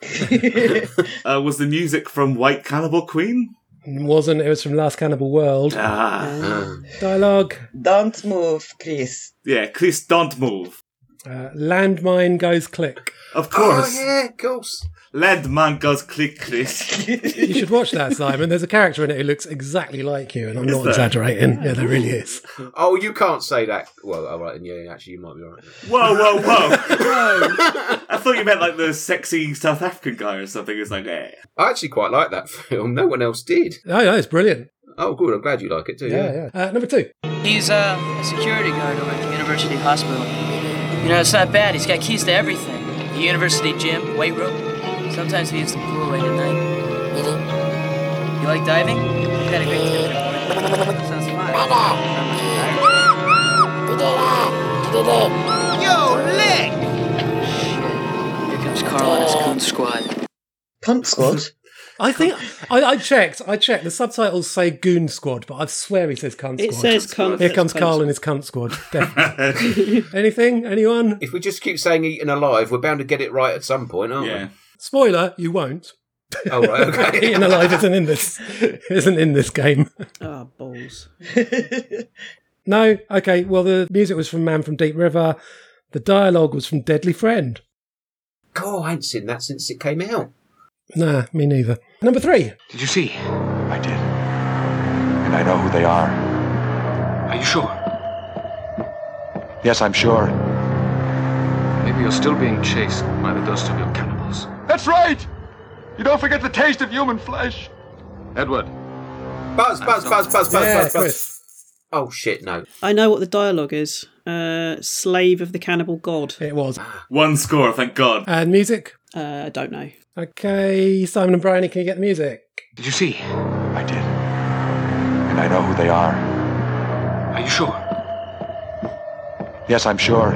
S2: Uh, was the music from White Cannibal Queen?
S1: Wasn't, it was from Last Cannibal World.
S2: Ah,
S1: Dialogue.
S5: Don't move, Chris.
S2: yeah. Chris, don't move.
S1: Uh, landmine goes click.
S2: Of course.
S3: Oh yeah, of course.
S2: Landman goes click, Chris.
S1: You should watch that, Simon. There's a character in it who looks exactly like you, and I'm
S2: Is
S1: not
S2: there?
S1: exaggerating. Yeah, there really is.
S3: Oh, you can't say that. Well, all right, and yeah, actually, you might be all right.
S2: Whoa, whoa, whoa! I thought you meant like the sexy South African guy or something. It's like, eh.
S3: I actually quite like that film. No one else did.
S1: Oh, yeah, it's brilliant.
S3: Oh, good. I'm glad you like it too.
S1: Yeah, yeah. Uh, number two.
S16: He's uh, a security guard over at the university hospital. You know, it's not bad. He's got keys to everything the university gym, weight room. Sometimes we use the pool late at night. You like diving? You had a great time. at the pool. Sounds fun. Yo, Lick! Shit. Here comes Carl and his coon squad.
S5: Cunt squad.
S1: I think I, I checked. I checked. The subtitles say Goon Squad, but I swear he says Cunt Squad.
S4: It says cunt.
S1: Here comes
S4: Cunt.
S1: Carl and his Cunt Squad. Definitely. Anything? Anyone?
S3: If we just keep saying eaten alive, we're bound to get it right at some point, aren't
S2: Yeah.
S1: Spoiler: You won't.
S3: Oh, right, okay.
S1: Eaten Alive isn't in this. Isn't in this game.
S4: Ah, balls.
S1: No, okay. Well, the music was from Man from Deep River. The dialogue was from Deadly Friend.
S3: God, I ain't seen that since it came out.
S1: Nah, me neither. Number three.
S17: Did you see? I did. And I know who they are. Are you sure? Yes, I'm sure.
S18: Maybe you're still being chased by the dust of your cannibals.
S17: That's right! You don't forget the taste of human flesh.
S18: Edward.
S3: Buzz, buzz, buzz, buzz, buzz,
S4: Yeah,
S3: buzz, buzz.
S4: Chris.
S3: Oh shit, no.
S4: I know what the dialogue is. Uh, slave of the cannibal god.
S1: It was.
S2: One score, thank God.
S1: And music.
S4: Uh, I don't know.
S1: Okay, Simon and Bryony, can you get the music?
S17: Did you see? I did. And I know who they are.
S18: Are you sure?
S17: Yes, I'm sure.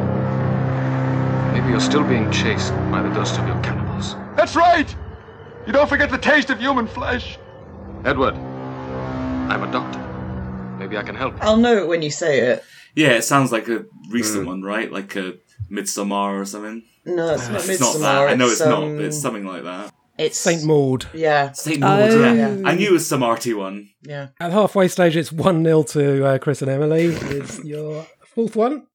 S18: Maybe you're still being chased by the dust of your cannibals.
S17: That's right! You don't forget the taste of human flesh.
S18: Edward. I'm a doctor. Maybe I can help.
S5: I'll know it when you say it.
S2: Yeah, it sounds like a recent one, right? Like a Midsommar or something.
S5: No, it's
S2: Ah,
S5: not
S2: that.
S5: Midsommar,
S2: I know it's,
S5: it's,
S2: not.
S5: um,
S2: But it's something like that.
S5: It's
S1: Saint Maud.
S5: Yeah.
S2: Saint Maud.
S1: Oh.
S2: Yeah. I knew it was some arty one.
S5: Yeah.
S1: At the halfway stage, it's 1 0 to uh, Chris and Emily. Is your fourth one?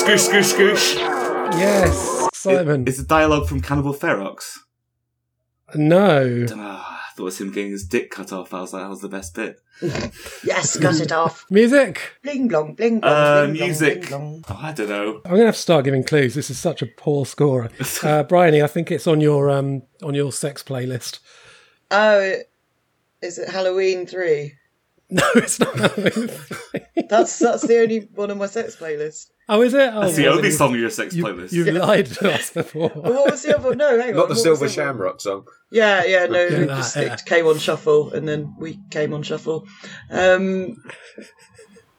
S2: Scoosh, scoosh, scoosh.
S1: Yes, Simon.
S2: It's a dialogue from Cannibal Ferox.
S1: No.
S2: Ah, I thought it was him getting his dick cut off. I was like, that was the best bit.
S5: Yes, cut it off.
S1: Music.
S5: Bling blong, bling blong.
S2: Uh,
S5: bling blong,
S2: music.
S5: bling blong.
S2: Oh, I don't know.
S1: I'm gonna have to start giving clues. This is such a poor scorer. Uh, Bryony, I think it's on your um on your sex playlist.
S5: Oh, it- is it Halloween three?
S1: No, it's not Halloween.
S5: That's that's the only one on my sex playlist.
S1: Oh, is it? Oh,
S2: That's the
S1: well,
S2: only
S1: you-
S2: song in your sex playlist.
S1: You lied to us before.
S5: Well, what was the other? No, hang on.
S3: Not
S5: what
S3: the
S5: was
S3: Silver
S5: other-
S3: Shamrock song.
S5: Yeah, yeah, no,
S1: Yeah,
S5: we
S1: that,
S5: just
S1: yeah.
S5: it came on shuffle, and then we came on shuffle. Um,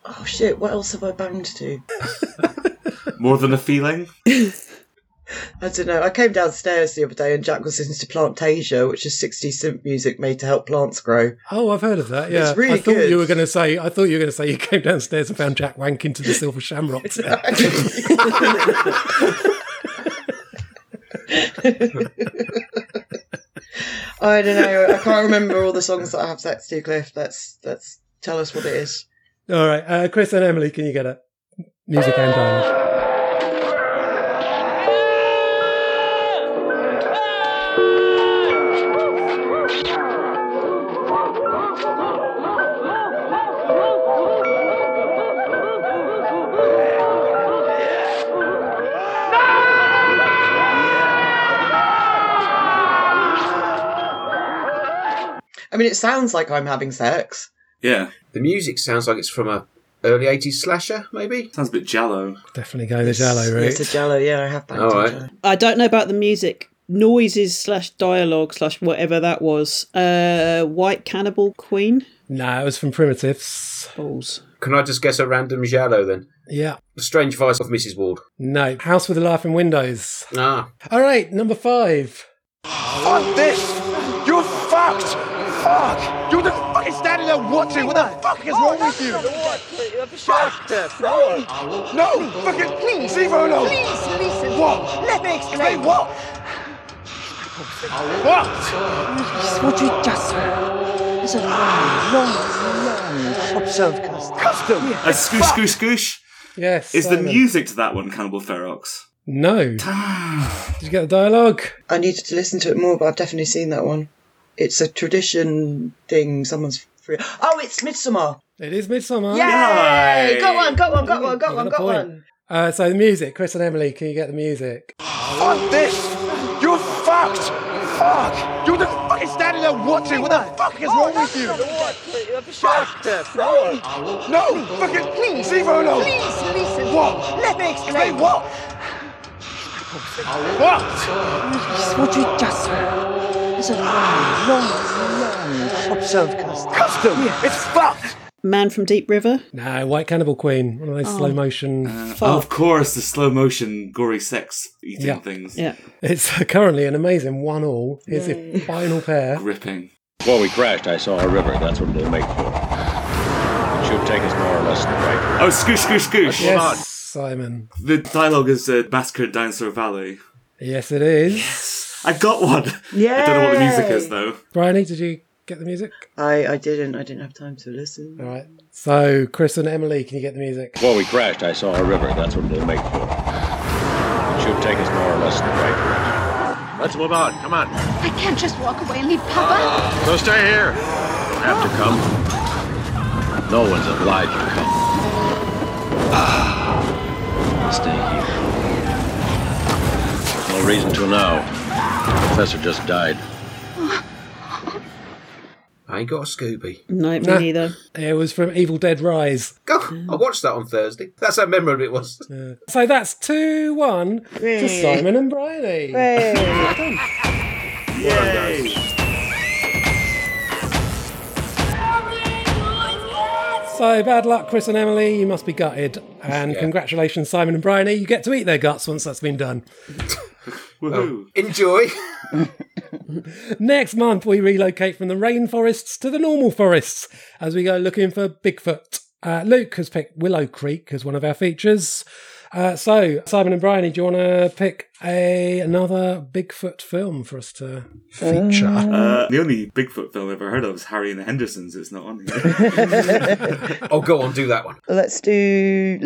S5: oh shit! What else have I banged to?
S2: More than a feeling.
S5: I don't know. I came downstairs the other day, and Jack was listening to Plantasia, which is 60s synth music made to help plants grow.
S1: Oh, I've heard of that. Yeah,
S5: It's really
S1: I thought
S5: good.
S1: you were going to say. I thought you were going to say you came downstairs and found Jack wanking to the Silver Shamrocks.
S5: I don't know. I can't remember all the songs that I have sex to, Cliff. That's that's tell us what it is.
S1: All right, uh, Chris and Emily, can you get it? Music and dialogue.
S5: I mean, it sounds like I'm having sex.
S2: Yeah.
S3: The music sounds like it's from a early 80s slasher, maybe?
S2: Sounds a bit Jallo.
S1: Definitely go the Jallo route.
S5: It's a jello. Yeah, I have that.
S3: All right.
S4: I don't know about the music. Noises slash dialogue slash whatever that was. Uh, White Cannibal Queen.
S1: no, it was from Primitives.
S4: Balls.
S3: Can I just guess a random Jallo then?
S1: Yeah.
S3: The Strange Vice of Mrs. Ward.
S1: No, House with the Laughing Windows.
S3: Ah.
S1: All right, number five.
S17: Fuck this! You fucked! Fuck! You just fucking standing there watching. What the fuck is wrong with you? Fuck! No! No! Fucking please, zero no!
S19: Please listen.
S17: What?
S19: Let me explain.
S17: Explain what? What?
S19: What you just heard is a long, long, long observed custom. Custom?
S2: A scoosh, scoosh, scoosh.
S1: Yes.
S2: Is the
S1: Simon.
S2: music to that one Cannibal Ferox?
S1: No. Did you get the dialogue?
S5: I needed to listen to it more, but I've definitely seen that one. It's a tradition thing. Someone's free. Oh, it's Midsummer.
S1: It is Midsummer.
S5: Yay! Got one. Got one. Got one. Got one.
S1: a
S5: Got
S1: point.
S5: one.
S1: Uh, so the music, Chris and Emily, can you get the music?
S17: Fuck this! You fucked! Fuck! You just fucking standing there watching. What the fuck is
S19: Oh,
S17: wrong with you? Fuck! No! No! Fucking please, zero no!
S19: Please listen.
S17: What?
S19: Let me
S17: Explain
S19: explain.
S17: what? What?
S19: What you just heard is a long, long, long observed custom. Custom? It's fucked.
S4: Man from Deep River.
S1: No, White Cannibal Queen. One of those
S4: Oh.
S1: slow motion.
S2: Of course, the slow motion, gory sex eating
S1: Yeah.
S2: things.
S1: It's currently an amazing one all. Here's the final pair.
S2: Gripping.
S9: Before we crashed, I saw a river. That's what it'll make for. It should take us more or less the right.
S2: Oh, scoosh, scoosh, scoosh.
S1: Yes. Simon.
S2: The dialogue is uh, massacred down Sir Valley.
S1: Yes, it is.
S2: I got one. I don't know what the music is though.
S1: Bryony, did you get the music?
S5: I, I didn't. I didn't have time to listen.
S1: All right. So, Chris and Emily, can you get the music?
S20: Before we crashed, I saw a river. That's what we'll make for. It should take us more or less in the right direction. Let's move on. Come on.
S15: I can't just walk away and leave Papa.
S20: So stay here. You have to come. No one's obliged to come. Ah, stay here. No reason to now. The professor just died.
S3: I ain't got a Scooby.
S4: No, me
S1: Nah.
S4: neither.
S1: It was from Evil Dead Rise.
S3: Oh, I watched that on Thursday. That's how memorable it was.
S1: So that's 2 1 to
S3: Hey.
S1: Simon and Bryony.
S3: Hey.
S1: Well done. So bad luck, Chris and Emily. You must be gutted. And
S3: Yeah.
S1: congratulations, Simon and Bryony. You get to eat their guts once that's been done.
S3: Well, enjoy.
S1: Next month, we relocate from the rainforests to the normal forests as we go looking for Bigfoot. Uh, Luke has picked Willow Creek as one of our features. Uh, so, Simon and Bryony, do you want to pick a another Bigfoot film for us to feature?
S2: Uh, the only Bigfoot film I've ever heard of is Harry and the Hendersons. It's not on here.
S3: oh, go on, do that one.
S5: Let's do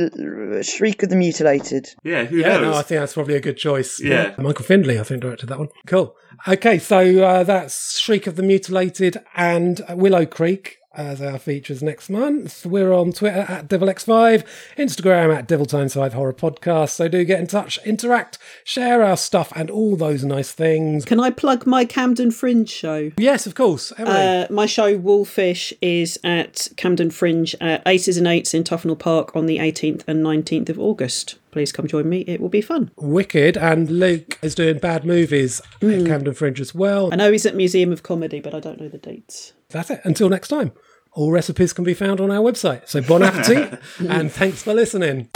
S5: L- Shriek of the Mutilated.
S2: Yeah, who
S1: yeah,
S2: knows?
S1: no, I think that's probably a good choice.
S2: Yeah.
S1: Michael Findlay, I think, directed that one. Cool. Okay, so uh, that's Shriek of the Mutilated and Willow Creek as our features next month. We're on Twitter at DevilX5, Instagram at DevilTimes5 Horror Podcast. So do get in touch, interact, share our stuff, and all those nice things.
S4: Can I plug my Camden Fringe show?
S1: Yes, of course. Emily.
S4: Uh, my show Woolfish is at Camden Fringe at Aces and Eights in Tufnell Park on the 18th and 19th of August. Please come join me. It will be fun.
S1: Wicked and Luke is doing bad movies at Camden Fringe as well.
S4: I know he's at Museum of Comedy, but I don't know the dates.
S1: That's it. Until next time, all recipes can be found on our website. So bon appetit and thanks for listening.